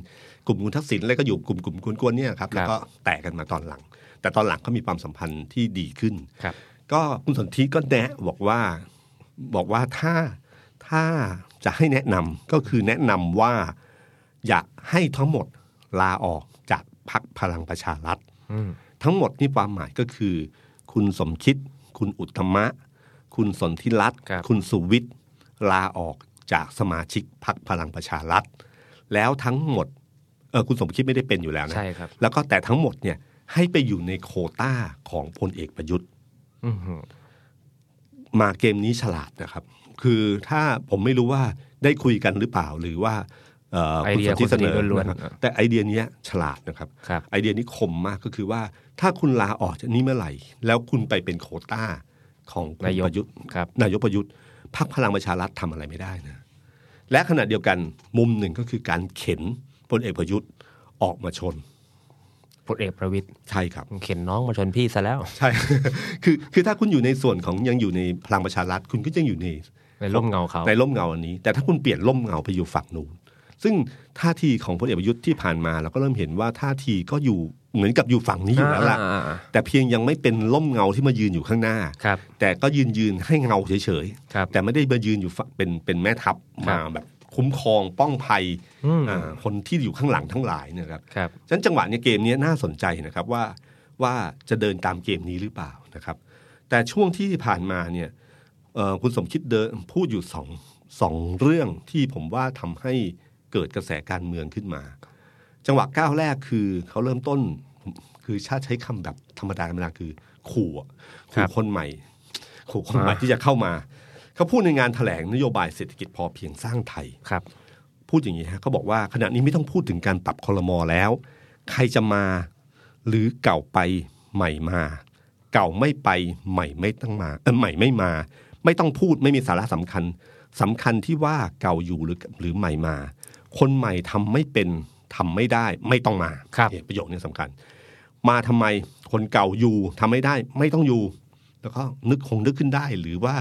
S2: กลุ่มคุณทักษิณแล้วก็อยู่กลุ่มกลุ่มกวนๆเนี่ยครับแล้วก็แตกกันมาตอนหลัง แต่ตอนหลังก็มีความสัมพันธ์ที่ดีขึ้น
S3: ครับ
S2: ก็คุณสนธิก็แนะบอกว่าบอกว่าถ้าถ้าจะให้แนะนำก็คือแนะนำว่าอยากให้ทั้งหมดลาออกจากพักพลังประชารัฐ
S3: อืม
S2: ทั้งหมดนี่ความหมายก็คือ คุณสมคิด คุณอุตตมะ คุณสนธิรัตน์
S3: ครับ
S2: คุณสุวิทย์ลาออกจากสมาชิกพักพลังประชารัฐ แล้วทั้งหมดเออคุณสมคิดไม่ได้เป็นอยู่แล้วนะ
S3: ใช่ครับ
S2: แล้วก็แต่ทั้งหมดเนี่ยให้ไปอยู่ในโควต้าของพลเอกประยุทธ์
S3: อื้อหือ
S2: มาเกมนี้ฉลาดนะครับ คือถ้าผมไม่รู้ว่าได้คุยกันหรือเปล่าหรือว่าเอ่อ
S3: ไอ
S2: คุณ
S3: เดีย
S2: สน
S3: คุ
S2: ธิ
S3: ณส
S2: เส
S3: น
S2: น
S3: ธิ
S2: อ
S3: ล้วน
S2: นะครับแต่ไอเดียเนี้ยฉลาดนะครับ
S3: ๆครับ
S2: ไอเดียนี้คมมากก็คือว่า ถ้าคุณลาออกจากนี้เมื่อไหร่ แล้วคุณไปเป็นโควต้าของคุณ
S3: นายก
S2: ประยุทธ์
S3: ครับ
S2: นายกประยุทธ์พักพลังประชารัฐทำอะไรไม่ได้นะและขณะเดียวกันมุมหนึ่งก็คือการเข็นพลเอกประยุทธ์ออกมาชน
S3: พลเอกประวิตย
S2: ใช่ครับ
S3: เข็นน้องมาชนพี่ซะแล้ว
S2: ใช่ [LAUGHS] คือคือถ้าคุณอยู่ในส่วนของยังอยู่ในพลังประชารัฐ คุณก็ยังอยู่ใน
S3: [LAUGHS] ในร่มเงาเขา
S2: ในร่มเงาอันนี้ แต่ถ้าคุณเปลี่ยนร่มเงาไปอยู่ฝั่งนู้นซึ่งท่าทีของพลเอกประยุทธ์ที่ผ่านมาเราก็เริ่มเห็นว่าท่าทีก็อยู่เหมือนกับอยู่ฝั่งนี้อยู่แล้วล่ะ
S3: อ่าอ่าอ่า
S2: แต่เพียงยังไม่เป็นร่มเงาที่มายืนอยู่ข้างหน้า
S3: ครับ
S2: แต่ก็ยืนยืนให้เงาเฉย
S3: ครับ
S2: ๆแต่ไม่ได้มายืนอยู่ฝั่งเป็นเป็นแม่ทัพ
S3: ครั
S2: มา
S3: บ
S2: แบบคุ้มครองป้องภัย
S3: อืม
S2: อ่าคนที่อยู่ข้างหลังทั้งหลายเนี่ยครับ
S3: ครับ
S2: ฉะนั้นจังหวะเนี้เกมเนี้น่าสนใจนะครับว่าว่าจะเดินตามเกมนี้หรือเปล่านะครับ แต่ช่วงที่ผ่านมาเนี่ยเอ่อคุณสมคิดเดินพูดอยู่สองสองเรื่องที่ผมว่าทำให้เกิดกระแสการเมืองขึ้นมา จังหวะก้าวแรกคือเขาเริ่มต้นคือชาติใช้คำแบบธรรมดาธรรมดาคือขู่อะ
S3: ครั
S2: ขู่
S3: บ
S2: คนใหม่ขู่คนใหม่ที่จะเข้ามา เขาพูดในงานแถลงนโยบายเศรษฐกิจพอเพียงสร้างไทย
S3: ครับ
S2: พูดอย่างนี้ฮะเขาบอกว่าขณะนี้ไม่ต้องพูดถึงการปรับคอรมอแล้ว ใครจะมาหรือเก่าไปใหม่มา เก่าไม่ไปใหม่ไม่ต้องมาเออใหม่ไม่มา ไม่ต้องพูดไม่มีสาระสำคัญสำคัญที่ว่าเก่าอยู่หรือหรือใหม่มา คนใหม่ทำไม่เป็นทำไม่ได้ ไม่ต้องมา
S3: ครับ
S2: เนี่ยประโยคนี้สำคัญ มาทำไมคนเก่าอยู่ทำไม่ได้ ไม่ต้องอยู่ แล้วก็นึกคงนึกขึ้นได้ หรือว่า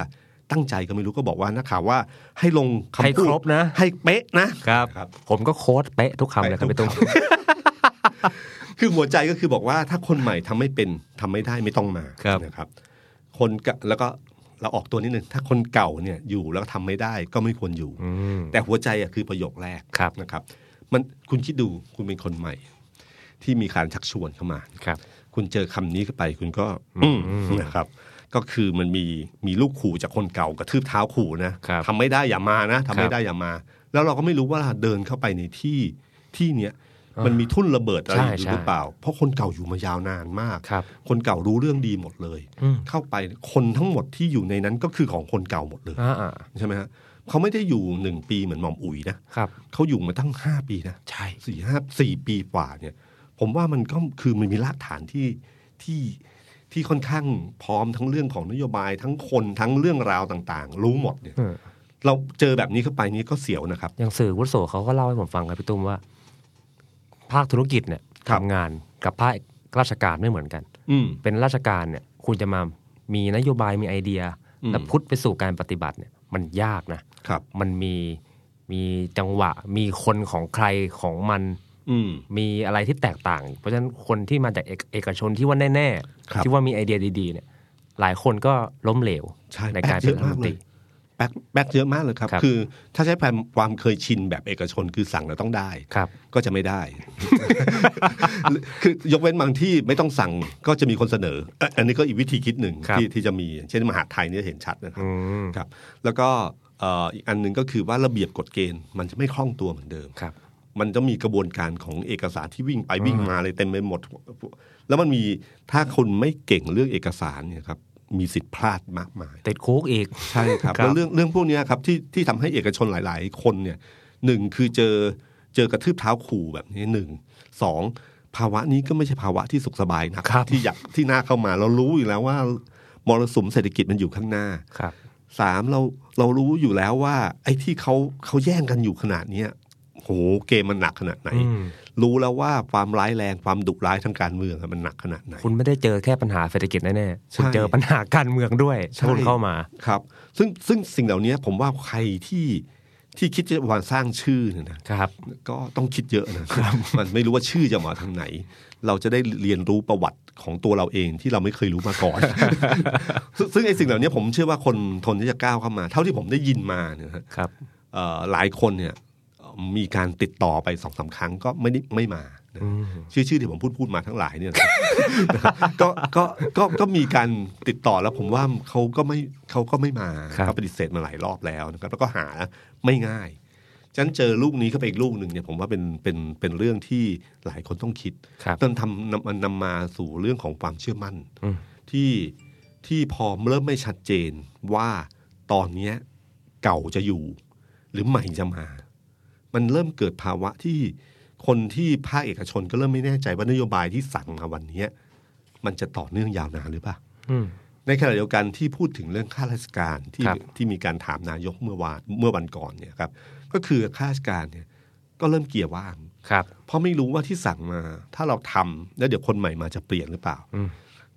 S2: ตั้งใจก็ไม่รู้ก็บอกว่านักข่าวว่า ให้ลงคำพูด
S3: ให้ครบนะ
S2: ให้เป๊ะนะ
S3: ครับ
S2: ครับ
S3: ผมก็โค้ดเป๊ะทุกคำเลยครับพี่ตุ้ม [LAUGHS]
S2: [LAUGHS] คือหัวใจก็คือบอกว่าถ้าคนใหม่ทำไม่เป็นทำไม่ได้ไม่ต้องมา
S3: ครับ
S2: นะครับ คนกะแล้วก็ เราออกตัวนิดนึงถ้าคนเก่าเนี่ยอยู่แล้วทำไม่ได้ก็ไม่ควรอยู่
S3: อืม
S2: แต่หัวใจอะคือประโยคแรก
S3: ครับ
S2: นะครับ มันคุณคิดดูคุณเป็นคนใหม่ ที่มีการชักชวนเข้ามา
S3: ครับ
S2: คุณเจอคำนี้เข้าไปคุณก็นะครับ ก็คือมันมีมีลูกขู่จากคนเก่ากระทืบเท้าขู่นะครับ ทำไม่ได้อย่ามานะทำ
S3: ครั
S2: ไม่
S3: บ
S2: ได้อย่ามา แล้วเราก็ไม่รู้ว่าเดินเข้าไปในที่ที่เนี้ยมันมีทุ่นระเบิดอะไร
S3: ใช่
S2: อยู่
S3: ใช่
S2: หรือเปล่า เพราะคนเก่าอยู่มายาวนานมาก
S3: ครับ
S2: คนเก่ารู้เรื่องดีหมดเลย
S3: อืม
S2: เข้าไปคนทั้งหมดที่อยู่ในนั้นก็คือของคนเก่าหมดเลย
S3: อ่าอ่า
S2: ใช่ไหมฮะเขาไม่ได้อยู่หนึ่งปีเหมือนหม่อมอุ๋ยนะครับ เขาอยู่มาตั้งห้าปีนะ
S3: ใช่
S2: สี่ห้าสี่ปีกว่าเนี่ย ผมว่ามันก็คือมันมีรากฐานที่ที่ที่ค่อนข้างพร้อมทั้งเรื่องของนโยบายทั้งคนทั้งเรื่องราวต่างๆ รู้หมดเนี่ย
S3: อืม
S2: เราเจอแบบนี้เข้าไปนี่ก็เสียวนะครับ
S3: อย่างสื่อวุฒิโสเขาก็เล่าให้ผมฟังครับพี่ตุ้มว่า ภาคธุรกิจเนี่ย
S2: ครับ
S3: ทำงานกับภาคราชการไม่เหมือนกัน
S2: อืม
S3: เป็นราชการเนี่ยคุณจะมามีนโยบายมีไอเดีย
S2: อืม
S3: และพุทธไปสู่การปฏิบัติเนี่ยมันยากนะ
S2: ครับ
S3: มันมีมีจังหวะ มีคนของใครของมัน
S2: อืม
S3: มีอะไรที่แตกต่าง เพราะฉะนั้นคนที่มาจากเอกเอกชนที่ว่าแน่
S2: ครับ
S3: ๆที่ว่ามีไอเดียดีๆเนี่ย หลายคนก็ล้มเหลว
S2: ใช่
S3: ใน
S2: แป๊
S3: การ
S2: เย
S3: เป็น
S2: อะ
S3: รัฐ
S2: มาก
S3: มน
S2: เล
S3: ตรี
S2: ยแป๊กแป๊กเยอะมากเลยครับ
S3: ครับ
S2: คือถ้าใช้ความความเคยชินแบบเอกชนคือสั่งเราต้องได้
S3: ครับ
S2: ก็จะไม่ได้ [LAUGHS] คือยกเว้นบางที่ไม่ต้องสั่งก็จะมีคนเสนอเอ่ออันนี้ก็อีกวิธีคิดหนึ่ง
S3: ครับ
S2: ที่ที่จะมี เช่นมหาดไทยเนี่ยเห็นชัดนะครับ
S3: อืม
S2: ครับแล้วก็เอ่ออีกอันหนึ่งก็คือว่าระเบียบกฎเกณฑ์มันจะไม่คล่องตัวเหมือนเดิม
S3: ครับ
S2: มันจะมีกระบวนการของเอกสารที่วิ่งไปวิ่งมาเลยเต็มไปหมด แล้วมันมีถ้าคนไม่เก่งเรื่องเอกสารเนี่ยครับมีสิทธิ์พลาดมากมาย
S3: ติดคุกอีก
S2: ใช่ครับ
S3: ครับ
S2: แล้วเรื่องเรื่องพวกเนี้ยครับที่ที่ทำให้เอกชนหลาย ๆ คนเนี่ยหนึ่งคือเจอเจอกระทืบเท้าขู่แบบนี้หนึ่งสองภาวะนี้ก็ไม่ใช่ภาวะที่สุขสบายนะครับ ที่อยากที่น่าเข้ามาเรารู้อยู่แล้วว่ามรสุมเศรษฐกิจมันอยู่ข้างหน้า
S3: ครับ
S2: สามเราเรารู้อยู่แล้วว่า ไอ้ที่เขาเขาแย่งกันอยู่ขนาดเนี้ยโหเกมมันหนักขนาดไหน
S3: อืม
S2: รู้แล้วว่าความร้ายแรงความดุร้ายทางการเมืองอะมันหนักขนาดไหน
S3: คุณไม่ได้เจอแค่ปัญหาเศรษฐกิจแน่ๆ คุณ
S2: ใช่
S3: เจอปัญหาการเมืองด้วย
S2: ใช่
S3: ถ้าคุณเข้ามา
S2: ครับ ซึ่งซึ่งสิ่งเหล่านี้ผมว่าใครที่ที่คิดจะวางสร้างชื่อเนี่ยนะครับ ก็ต้องคิดเยอะนะครับ [LAUGHS] มันไม่รู้ว่าชื่อจะมาทางไหน เราจะได้เรียนรู้ประวัติของตัวเราเองที่เราไม่เคยรู้มาก่อน [LAUGHS] ซึ่งซึ่งไอ้สิ่งเหล่านี้ผมเชื่อว่าคนทนที่จะก้าวเข้ามา เท่าที่ผมได้ยินมาเนี่ยฮะ
S3: ครับ
S2: เอ่อหลายคนเนี่ยมีการติดต่อไปสองสามครั้งก็ไม่ได้ไม่มานะชื่อชื่อที่ผมพูดพูดมาทั้งหลาย [LAUGHS] เนี่ยนะ ก็ก็ก็ก็มีการติดต่อแล้วผมว่าเขาก็ไม่เขาก็ไม่มา
S3: ครับ
S2: เขาปฏิเสธมาหลายรอบแล้วนะครับแล้วก็หาไม่ง่ายฉะนันเจอลูกนี้เข้าไปอีกลูกหนึ่งเนี่ยผมว่าเป็นเป็นเป็นเรื่องที่หลายคนต้องคิด
S3: ครับ
S2: จนทำนำมันนำมาสู่เรื่องของความเชื่อมั่น
S3: อืม
S2: ที่ที่พอเริ่มไม่ชัดเจนว่าตอนเนี้ยเก่าจะอยู่ หรือใหม่จะมา มันเริ่มเกิดภาวะที่คนที่ภาคเอกชนก็เริ่มไม่แน่ใจว่านโยบายที่สั่งมาวันเนี้ยมันจะต่อเนื่องยาวนานหรือเปล่า
S3: อืม
S2: ในขณะเดียวกันที่พูดถึงเรื่องข้าราชการที่
S3: ครับ
S2: ที่มีการถามนายกเมื่อวานเมื่อวันก่อนเนี่ยครับก็คือข้าราชการเนี่ยก็เริ่มเกียร์ว่าง
S3: ครับ
S2: เพราะไม่รู้ว่าที่สั่งมา ถ้าเราทำแล้วเดี๋ยวคนใหม่มาจะเปลี่ยนหรือเปล่า
S3: อืม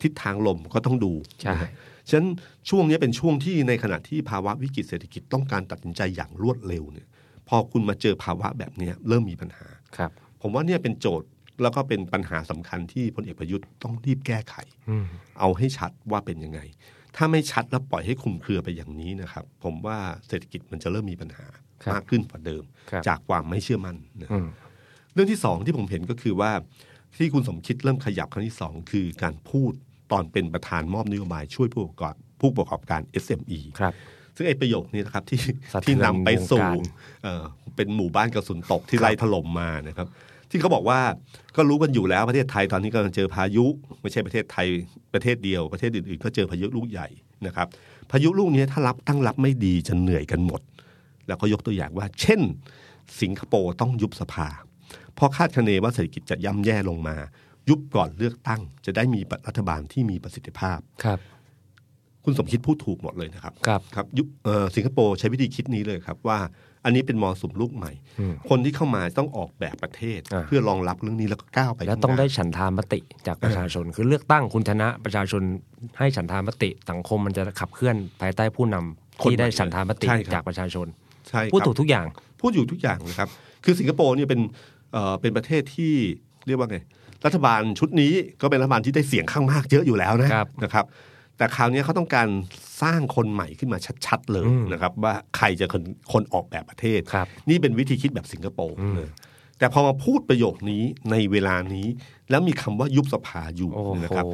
S2: ทิศทางลมก็ต้องดู
S3: ใช่
S2: นะฮะฉะนั้นช่วงนี้เป็นช่วงที่ในขณะที่ภาวะวิกฤตเศรษฐกิจต้องการตัดสินใจอย่างรวดเร็วเนี่ย พอคุณมาเจอภาวะแบบเนี้ยเริ่มมีปัญหา
S3: ครับ
S2: ผมว่าเนี่ยเป็นโจทย์แล้วก็เป็นปัญหาสำคัญที่พลเอกประยุทธ์ต้องรีบแก้ไข
S3: อืม
S2: เอาให้ชัดว่าเป็นยังไง ถ้าไม่ชัดแล้วปล่อยให้คลุมเครือไปอย่างนี้นะครับ ผมว่าเศรษฐกิจมันจะเริ่มมีปัญหา
S3: ครับ
S2: มากขึ้นกว่าเดิม
S3: ครับ
S2: จากความไม่เชื่อมั่นนะ
S3: อืม
S2: เรื่องที่สองที่ผมเห็นก็คือว่าที่คุณสมคิดเริ่มขยับครั้งที่สองคือการพูดตอนเป็นประธานมอบนโยบายช่วยผู้ประกอบผู้ประกอบการ SME
S3: ครับ
S2: ซึ่งไอ้ประโยคนี้นะครับที่
S3: สะเทือน
S2: ที่นำไป
S3: ว
S2: สู่
S3: งการ
S2: เอ่อเป็นหมู่บ้านกระสุนตกที่ไล่ถล่มมานะครับ ที่เขาบอกว่าก็รู้กันอยู่แล้วประเทศไทยตอนนี้กำลังเจอพายุ ไม่ใช่ประเทศไทยประเทศเดียวประเทศอื่นๆก็เจอพายุลูกใหญ่นะครับ พายุลูกนี้ถ้ารับตั้งรับไม่ดีจะเหนื่อยกันหมด แล้วก็ยกตัวอย่างว่า เช่น สิงคโปร์ต้องยุบสภา เพราะคาดคะเนว่าเศรษฐกิจจะย่ำแย่ลงมา ยุบก่อนเลือกตั้ง จะได้มีรัฐบาลที่มีประสิทธิภาพ
S3: ครับ
S2: คุณสมคิดพูดถูกหมดเลยนะครับ
S3: ครับ
S2: ครับยุเอ่อสิงคโปร์ใช้วิธีคิดนี้เลยครับว่า อันนี้เป็นมอสุมลูกใหม่
S3: อืม
S2: คนที่เข้ามาต้องออกแบบประเทศ
S3: อ่า
S2: เพื่อรองรับเรื่องนี้แล้วก็ก้าวไป
S3: แล้วต้องได้
S2: ข้าหน้า
S3: ฉันทามติจากประชาชน คือเลือกตั้งคุณชนะประชาชนให้ฉันทามติ สังคมมันจะขับเคลื่อนภายใต้ผู้นำที่ได้ฉันทามติ
S2: ใช่ครับ
S3: จากประชาชน
S2: ใช่ครับ
S3: พูดถูกทุกอย่าง
S2: พูดอยู่ทุกอย่างนะครับ คือสิงคโปร์เนี่ยเป็นเอ่อเป็นประเทศที่เรียกว่าไงรัฐบาลชุดนี้ก็เป็นรัฐบาลที่ได้เสียงข้างมากเยอะอยู่แล้วนะครับ นะครับ แต่คราวนี้เขาต้องการสร้างคนใหม่ขึ้นมาชัดๆเลย
S3: อืม
S2: นะครับ ว่าใครจะคนคนออกแบบประเทศ
S3: ครับ
S2: นี่เป็นวิธีคิดแบบสิงคโปร์เลยแต่พอมาพูดประโยคนี้ในเวลานี้ แล้วมีคำว่ายุบสภาอยู่
S3: โอ้โห
S2: นะครับ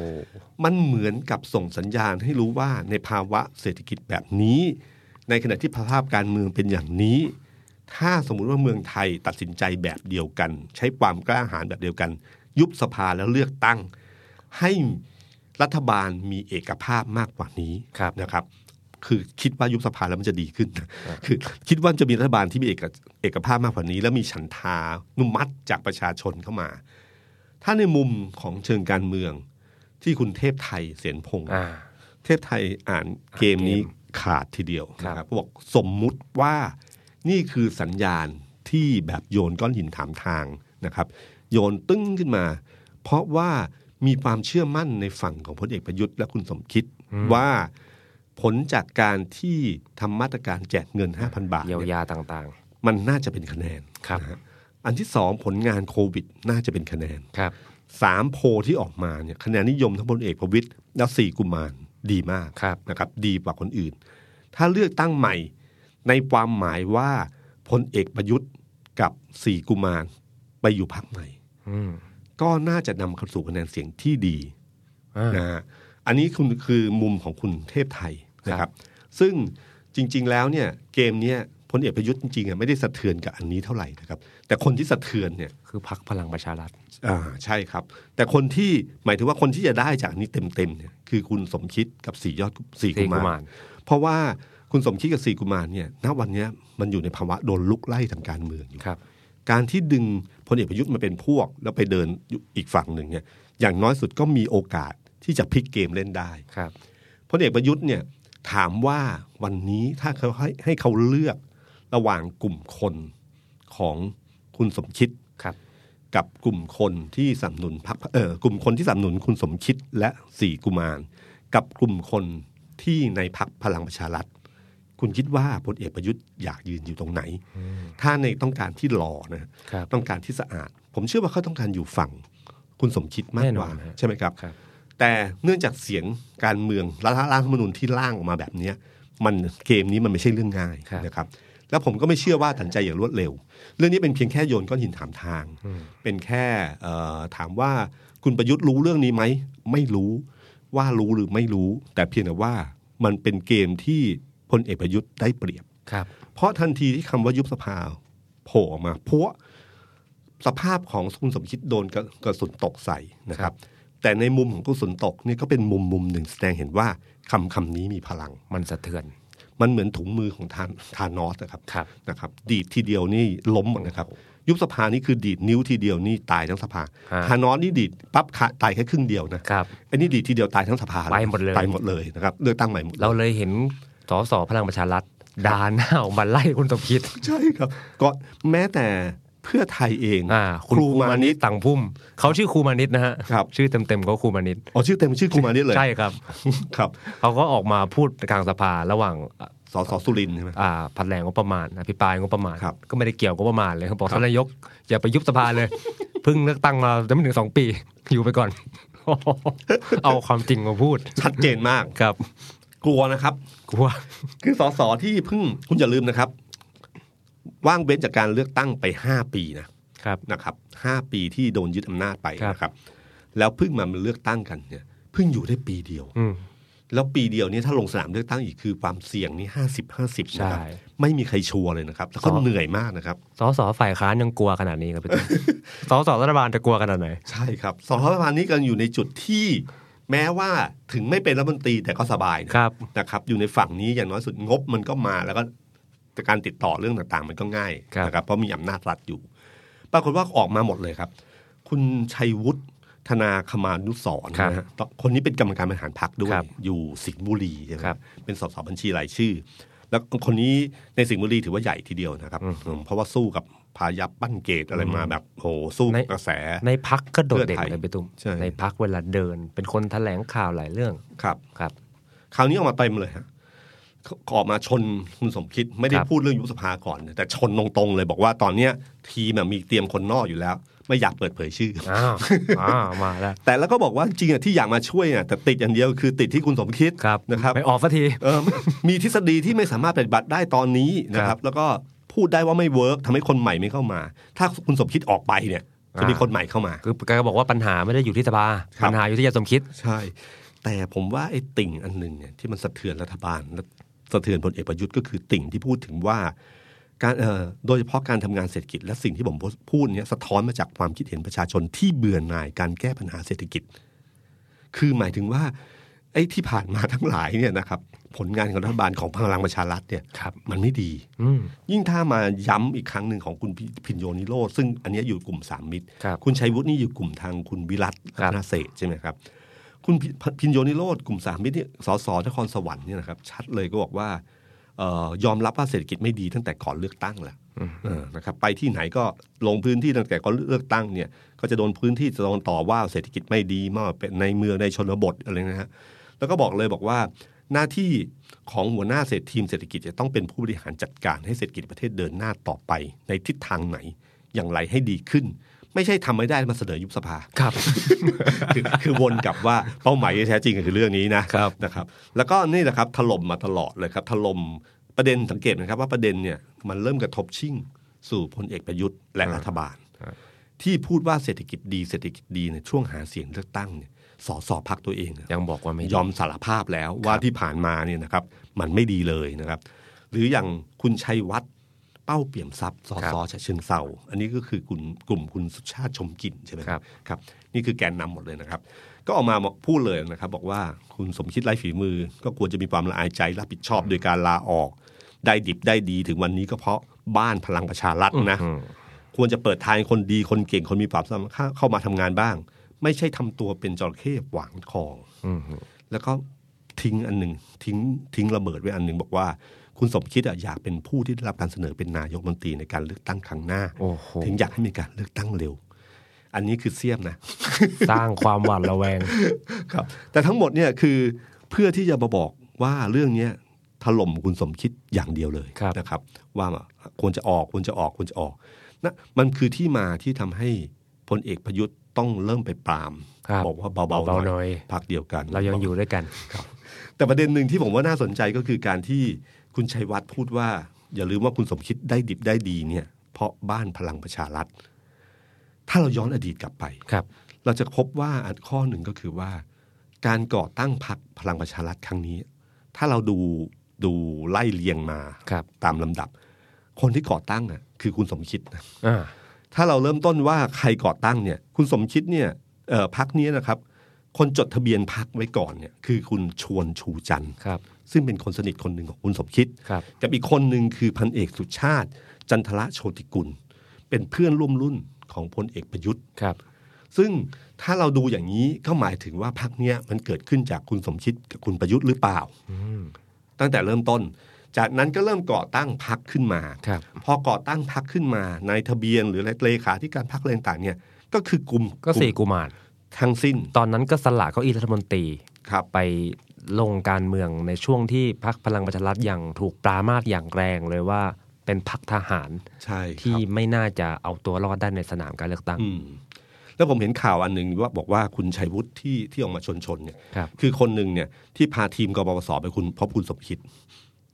S2: มันเหมือนกับส่งสัญญาณให้รู้ว่าในภาวะเศรษฐกิจแบบนี้ ในขณะที่ภาพการเมืองเป็นอย่างนี้ ถ้าสมมุติว่าเมืองไทยตัดสินใจแบบเดียวกัน ใช้ความกล้าหาญแบบเดียวกัน ยุบสภาแล้วเลือกตั้ง ให้รัฐบาลมีเอกภาพมากกว่านี้
S3: ครับ
S2: นะครับ คือคิดว่ายุบสภาแล้วมันจะดีขึ้น คือคิดว่าจะมีรัฐบาลที่มีเอกเอกภาพมากกว่านี้ แล้วมีฉันทานุมัติจากประชาชนเข้ามา ถ้าในมุมของเชิงการเมือง ที่คุณเทพไทยเสียนพงษ์
S3: อ่า
S2: เทพไทยอ่านเกมนี้ขาดทีเดียว
S3: ครับ
S2: นะครับบอกสมมุติว่านี่คือสัญญาณที่แบบโยนก้อนหินถามทางนะครับ โยนตึ้งขึ้นมา เพราะว่ามีความเชื่อมั่นในฝั่งของพลเอกประยุทธ์และคุณสมคิดว่าผลจากการที่ทำมาตรการแจกเงิน 5,000 บาท
S3: เยี
S2: เนี่ย
S3: วย ยาต่าง
S2: มันน่าจะเป็นคะแนน
S3: ครับ
S2: นะฮะอันที่สองผลงานโควิด น่าจะเป็นคะแนน
S3: ๆ ครับ
S2: สามโพลที่ออกมาเนี่ยคะแนนนิยมทั้งพลเอกประวิตยและสี่กุมารดีมาก
S3: ครับ
S2: นะครับ ดีกว่าคนอื่น ถ้าเลือกตั้งใหม่ในความหมายว่าพลเอกประยุทธ์กับสี่กุมารไปอยู่พักใหม่
S3: อืม
S2: ก็น่าจะนำเข้าสู่คะแนนเสียงที่ดี
S3: อ่า
S2: นะฮะอันนี้คุณคือมุมของคุณเทพไทยนะครับ ซึ่งจริง ๆแล้วเนี่ยเกมเนี้ยพลเอกประยุทธ์จริงๆอ่ะไม่ได้สะเทือนกับอันนี้เท่าไหร่นะครับ แต่คนที่สะเทือนเนี่ย
S3: คือพักพลังประชารัฐ
S2: อ่าใช่ครับ แต่คนที่หมายถึงว่าคนที่จะได้จากนี้เต็มๆเนี่ยคือคุณสมคิดกับสี่ยอดสี่กุ
S3: สี่กุมาม
S2: าร ร เพราะว่าคุณสมคิดกับสี่กุมารเนี่ยณวันเนี้ยมันอยู่ในภาวะโดนลุกไล่ทางการเมืองอยู่
S3: ครับ
S2: การที่ดึงพลเอกประยุทธ์มาเป็นพวก แล้วไปเดินอยู่อีกฝั่งหนึ่งเนี่ยอย่างน้อยสุดก็มีโอกาสที่จะพลิกเกมเล่นได้
S3: ครับ
S2: พลเอกประยุทธ์เนี่ยถามว่าวันนี้ถ้าเขาให้ให้เขาเลือกระหว่างกลุ่มคนของคุณสมคิด
S3: ครับ
S2: กับกลุ่มคนที่สนับสนุนพรรคเออกลุ่มคนที่สนับสนุนคุณสมคิดและสี่กุมาร กับกลุ่มคนที่ในพักพลังประชารัฐ คุณคิดว่าพลเอกประยุทธ์อยากยืนอยู่ตรงไหน ถ้าในต้องการที่หล่อนะครับ ต้องการที่สะอาด ผมเชื่อว่าเขาต้องการอยู่ฝั่งคุณสมคิดมากกว่า
S3: แน่นอนฮะ
S2: ใช่ไหมครับ
S3: ครับ
S2: แต่เนื่องจากเสียงการเมืองรัฐร่างธรรมนูญที่ร่างออกมาแบบเนี้ยมันเกมนี้มันไม่ใช่เรื่องง่าย
S3: ครับ
S2: นะครับ แล้วผมก็ไม่เชื่อว่าตัดสินใจอย่างรวดเร็ว เรื่องนี้เป็นเพียงแค่โยนก้อนหินถามทาง เป็นแค่เอ่อถามว่าคุณประยุทธ์รู้เรื่องนี้ไหมไม่รู้ว่ารู้หรือไม่รู้ แต่เพียงแต่ว่ามันเป็นเกมที่พลเอกประยุทธ์ได้เปรียบ
S3: ครับ
S2: เพราะทันทีที่คำว่ายุบสภาโผล่ออกมาพวสภาพของคุณสมคิดโดนกระกระสุนตกใส่นะครับ แต่ในมุมของกระสุนตกเนี่ยก็เป็นมุมมุมหนึ่งแสดงเห็นว่าคำคำนี้มีพลัง
S3: มันสะเทือน
S2: มันเหมือนถุงมือของทานทานอสนะครับ
S3: ครับ
S2: นะครับ ดีดทีเดียวนี่ล้มหมดนะครับ ยุบสภานี่คือดีดนิ้วทีเดียวนี่ตายทั้งสภา
S3: ฮะ
S2: ทานอสนี่ดีดปั๊บขาตายแค่ครึ่งเดียวนะครับ ไอ้นี่ดีดทีเดียวตายทั้งสภา
S3: ไปหมดเลย
S2: ไปหมดเลยนะครับเลือกตั้งใหม่หมดเลย
S3: เราเลยเห็นสสพลังประชารัฐด่าหน้าออกมาไล่คุณสมคิด
S2: ใช่ครับก็แม้แต่เพื่อไทยเอง
S3: อ่า คุณครูมานิตต่างพุ่ม เขาชื่อครูมานิตนะฮะ
S2: ครับ
S3: ชื่อเต็มๆเขาครูมานิต
S2: อ๋อชื่อเต็มชื่อครูมานิตเลย
S3: ใช่ครับ [LAUGHS]
S2: ครับ
S3: เขาก็ออกมาพูดกลางสภาระหว่าง
S2: สสสุรินทร์ใช่ไหม
S3: อ่าผัดแรงงบประมาณอภิปรายงบประมาณ
S2: ครับ
S3: ก็ไม่ได้เกี่ยวกับงบประมาณเลยเขาบอ
S2: ค
S3: ก
S2: รับ
S3: ท่านนายกอย่าไปยุบสภาเลย [LAUGHS] เพิ่งเลือกตั้งมาจะไม่ถึงสองปี อยู่ไปก่อน [LAUGHS] เอาความจริงมาพูด
S2: ชัดเจนมาก
S3: ครับ
S2: กลัวนะครับ
S3: กลัว
S2: คือสสที่เพิ่งคุณอย่าลืมนะครับ ว่างเว้นจากการเลือกตั้งไปห้าปีนะครับ นะครับห้าปีที่โดนยึดอำนาจไป
S3: ครับ
S2: นะครับ แล้วเพิ่งมาเลือกตั้งกันเนี่ยเพิ่งอยู่ได้ปีเดียว
S3: อืม
S2: แล้วปีเดียวนี้ถ้าลงสนามเลือกตั้งอีกคือความเสี่ยงนี่ห้าสิบห้าสิบนะครับ
S3: ใช่
S2: ไม่มีใครชัวร์เลยนะครับแล้วก็เหนื่อยมากนะครับ
S3: สสฝ่ายค้านยังกลัวขนาดนี้ครับ
S2: [LAUGHS]
S3: พี่ตุ้ม สสรัฐบาลจะกลัวขนาดไหน
S2: ใช่ครับสองรัฐบาลนี้กำลันอยู่ในจุดที่ แม้ว่าถึงไม่เป็นรัฐมนตรีแต่ก็สบายนะครับ นะครับ อยู่ในฝั่งนี้อย่างน้อยสุดงบมันก็มาแล้วก็แต่การติดต่อเรื่องต่างๆ มันก็ง่าย
S3: ครับ
S2: นะครับเพราะมีอำนาจรัฐอยู่ ปรากฏว่าออกมาหมดเลยครับ คุณชัยวุฒิธนาคมานุสรณ์
S3: ครับ
S2: นะฮะคนนี้เป็นกรรมการบริหารพรรคด้วย
S3: ครับ
S2: อยู่สิงห์บุรีใช่ไหม
S3: ครับ
S2: เป็นสสบัญชีรายชื่อ แล้วคนนี้ในสิงห์บุรีถือว่าใหญ่ทีเดียวนะครับเพราะว่าสู้กับพายับปั้นเกตอะไรมาแบบโหสู้
S3: ใน
S2: กระแส
S3: ในพักก็โดดเด่น
S2: เพื่อไทย
S3: เลยพี่ตุ้ม
S2: ใช่
S3: ในพักเวลาเดิน เป็นคนแถลงข่าวหลายเรื่อง
S2: ครับ
S3: ครับ
S2: คราวนี้ออกมาเต็มเลยฮะ ออกมาชนคุณสมคิดไม่ได้
S3: ครับ
S2: พูดเรื่องยุบสภาก่อน แต่ชนตรงๆเลยบอกว่าตอนเนี้ยทีมอะมีเตรียมคนนอกอยู่แล้ว ไม่อยากเปิดเผยชื่อ [LAUGHS]
S3: อ้าวอ้าวมาแล้ว
S2: แต่แล้วก็บอกว่าจริงอะที่อยากมาช่วยอะแต่ติดอย่างเดียวคือติดที่คุณสมคิด
S3: ครับ
S2: นะครับ
S3: ไปออกสักที
S2: เออมีทฤษฎีที่ไม่สามารถปฏิบัติได้ตอนนี้นะค
S3: ครั
S2: รับ
S3: บ
S2: แล้วก็พูดได้ว่าไม่เวิร์กทำให้คนใหม่ไม่เข้ามา ถ้าคุณสมคิดออกไปเนี่ยจะมี
S3: อ่า
S2: คนใหม่เข้ามา
S3: คือแกก็บอกว่าปัญหาไม่ได้อยู่ที่สภา
S2: ครับ
S3: ปัญหาอยู่ที่ยาสมคิด
S2: ใช่ แต่ผมว่าไอ้ติ่งอันหนึ่งเนี่ยที่มันสะเทือนรัฐบาลและสะเทือนพลเอกประยุทธ์ก็คือติ่งที่พูดถึงว่า การเอ่อโดยเฉพาะการทำงานเศรษฐกิจและสิ่งที่ผมพูดเนี่ยสะท้อนมาจากความคิดเห็นประชาชนที่เบื่อหน่ายการแก้ปัญหาเศรษฐกิจ คือหมายถึงว่า ไอ้ที่ผ่านมาทั้งหลายเนี่ยนะครับผลงานของรัฐบาลของพลังประชารัฐเนี่ย
S3: ครับ
S2: มันไม่ดี
S3: อืม
S2: ยิ่งถ้ามาย้ำอีกครั้งหนึ่งของคุณพิพินโยนิโรธซึ่งอันเนี้ยอยู่กลุ่มสามมิตร
S3: ครับ
S2: คุณชัยวุฒินี่อยู่กลุ่มทางคุณวิรัต
S3: ครับ
S2: นาเศรษฐ์ใช่ไหมครับ คุณพิพินโยนิโรธกลุ่มสามมิตรเนี่ยสสนครสวรรค์เนี่ยนะครับชัดเลยก็บอกว่าเออยอมรับว่าเศรษฐกิจไม่ดีตั้งแต่ก่อนเลือกตั้งแล้วเออนะครับไปที่ไหนก็ลงพื้นที่ตั้งแต่ก่อนเลือกตั้งเนี่ย ก็จะโดนพื้นที่จะโดนต่อว่าเศรษฐกิจไม่ดีมากเป็นในเมืองในชนบทอะไรนะฮะแล้วก็บอกเลยบอกว่าหน้าที่ของหัวหน้าเศรษฐทีมเศรษฐกิจจะต้องเป็นผู้บริหารจัดการให้เศรษฐกิจประเทศเดินหน้าต่อไป ในทิศทางไหนอย่างไรให้ดีขึ้น ไม่ใช่ทำไม่ได้แล้วมาเสนอยุบสภา
S3: ครับ
S2: คือคือวนกลับว่าเป้าหมายที่แท้จริงคือเรื่องนี้นะครับ นะครับ แล้วก็นี่แหละครับถล่มมาตลอดเลยครับถล่มประเด็นสังเกตนะครับ ว่าประเด็นเนี่ยมันเริ่มกระทบชิ่ง สู่พลเอกประยุทธ์และรัฐบาล ที่พูดว่าเศรษฐกิจดีเศรษฐกิจดีในช่วงหาเสียงเลือกตั้งเนี่ยสอสอพักตัวเองอะ
S3: ยังบอกว่าไม่
S2: ยอมสารภาพแล้วว่าที่ผ่านมาเนี่ยนะครับ มันไม่ดีเลยนะครับ หรืออย่างคุณชัยวัฒน์เป้าเปี่ยมทรัพย์สสฉะเชิงเซาอันนี้ก็คือกลุ่มกลุ่มคุณสุชาติชมกลิ่นใช่ไหมครับ นี่คือแกนนำหมดเลยนะครับ ก็ออกมาพูดเลยนะครับ บอกว่าคุณสมคิดไร้ฝีมือ ก็ควรจะมีความละอายใจรับผิดชอบโดยการลาออก ได้ดิบได้ดีถึงวันนี้ก็เพราะบ้านพลังประชารัฐนะ ควรจะเปิดทางให้คนดีคนเก่งคนมีความสามารถเข้ามาทำงานบ้าง ไม่ใช่ทำตัวเป็นจระเข้หวางคลอง
S3: อืม
S2: แล้วก็ทิ้งอันหนึ่งทิ้งทิ้งระเบิดไว้อันหนึ่งบอกว่า คุณสมคิดอะอยากเป็นผู้ที่ได้รับการเสนอเป็นนายกรัฐมนตรีในการเลือกตั้งครั้งหน้า
S3: โอ้โห
S2: ถึงอยากให้มีการเลือกตั้งเร็ว อันนี้คือเสียมนะ
S3: สร้างความหวาดระแวง
S2: ครับ แต่ทั้งหมดเนี่ยคือเพื่อที่จะมาบอกว่าเรื่องเนี้ยถล่มคุณสมคิดอย่างเดียวเลย
S3: ครับ
S2: นะครับ ว่าควรจะออกควรจะออกควรจะออกนะมันคือที่มาที่ทำให้พลเอกประยุทธ์ต้องเริ่มไปปราม
S3: ครับ
S2: บอกว่าเบาๆ
S3: เบาๆ
S2: ห
S3: ห
S2: น่
S3: น่
S2: อ
S3: อยย
S2: พักเดียวกัน
S3: เรายังอยู่ด้วยกัน
S2: แต่ประเด็นหนึ่งที่ผมว่าน่าสนใจก็คือการที่คุณชัยวัฒน์พูดว่า อย่าลืมว่าคุณสมคิดได้ดิบได้ดีเนี่ย เพราะบ้านพลังประชารัฐ ถ้าเราย้อนอดีตกลับไป
S3: ครับ
S2: เราจะพบว่าอันข้อหนึ่งก็คือว่า การก่อตั้งพรรคพลังประชารัฐครั้งนี้ ถ้าเราดูดูไล่เลียงมา
S3: ครับ
S2: ตามลำดับ คนที่ก่อตั้งอ่ะคือคุณสมคิดนะ
S3: อ่า
S2: ถ้าเราเริ่มต้นว่าใครก่อตั้งเนี่ย คุณสมคิดเนี่ยเอ่อพักนี้ยนะครับ คนจดทะเบียนพักไว้ก่อนเนี่ยคือคุณชวนชูจันทร์
S3: ครับ
S2: ซึ่งเป็นคนสนิทคนหนึ่งของคุณสมคิด
S3: ครับ
S2: กับอีกคนหนึ่งคือพันเอกสุชาติ จันทละโชติกุล เป็นเพื่อนร่วมรุ่นของพลเอกประยุทธ์
S3: ครับ
S2: ซึ่งถ้าเราดูอย่างนี้ก็หมายถึงว่าพักเนี้ยมันเกิดขึ้นจากคุณสมคิดกับคุณประยุทธ์หรือเปล่า ตั้งแต่เริ่มต้น จากนั้นก็เริ่มก่อตั้งพักขึ้นมา
S3: ครับ
S2: พอก่อตั้งพักขึ้นมาในายทะเบียนหรือเลขาธิการพักอะไรต่างๆเนี่ย ก็คือกลุ่ม
S3: ก็สี่
S2: ลุ่ม
S3: กุมาร
S2: ทั้งสิ้น
S3: ตอนนั้นก็สละเก้าอี้รัฐมนตรี
S2: ครับ
S3: ไปลงการเมืองในช่วงที่พักพลังประชารัฐอย่างถูกปรามาสอย่างแรงเลยว่าเป็นพักทหาร
S2: ใช่ครับ
S3: ที่ไม่น่าจะเอาตัวรอดได้ในสนามการเลือกตั้ง
S2: อืมแล้วผมเห็นข่าวอันหนึ่งว่าบอกว่าคุณชัยวุฒิที่ที่ออกมาชนชนๆเนี่ย
S3: ครับ
S2: คือคนหนึ่งเนี่ยที่พาทีมกบปศไปคุณพบคุณสมคิด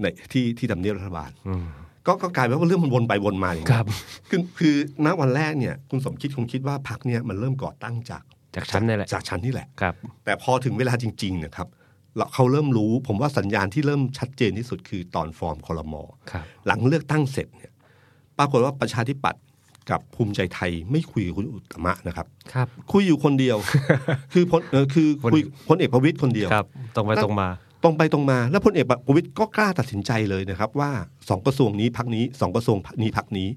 S2: ในที่ที่ทำเนียบรัฐบาล
S3: อืม
S2: ก็ก็กลายเป็นว่าเรื่องมันวนไปวนมาอย่าง
S3: ค
S2: นี้ย
S3: รับ
S2: คือคือณวันแรกเนี่ยคุณสมคิดคงคิดว่าพรรคเนี่ยมันเริ่มก่อตั้งจาก
S3: จากชั้นนี่แหละ
S2: จากชั้นนี่แหละ
S3: ครับ
S2: แต่พอถึงเวลาจริงๆเนะครับเราเขาเริ่มรู้ผมว่าสัญญาณที่เริ่มชัดเจนที่สุดคือตอนฟอร์มคอรมอ
S3: ครับ
S2: หลังเลือกตั้งเสร็จเนี่ยปรากฏว่าประชาธิปัตย์กับภูมิใจไทยไม่คุยกับคุณอุตมะนะครับ
S3: ครับ
S2: คุยอยู่คนเดียว คือพลเอ่อคือคุยพลเอกประวิตยคนเดียว
S3: ครับ ตรงไปตรงมา
S2: ตรงไปตรงมาแล้วพลเอกประวิตยก็กล้าตัดสินใจเลยนะครับ ว่าสองกระทรวงนี้พักนี้สองกระทรวงนี้พักนี้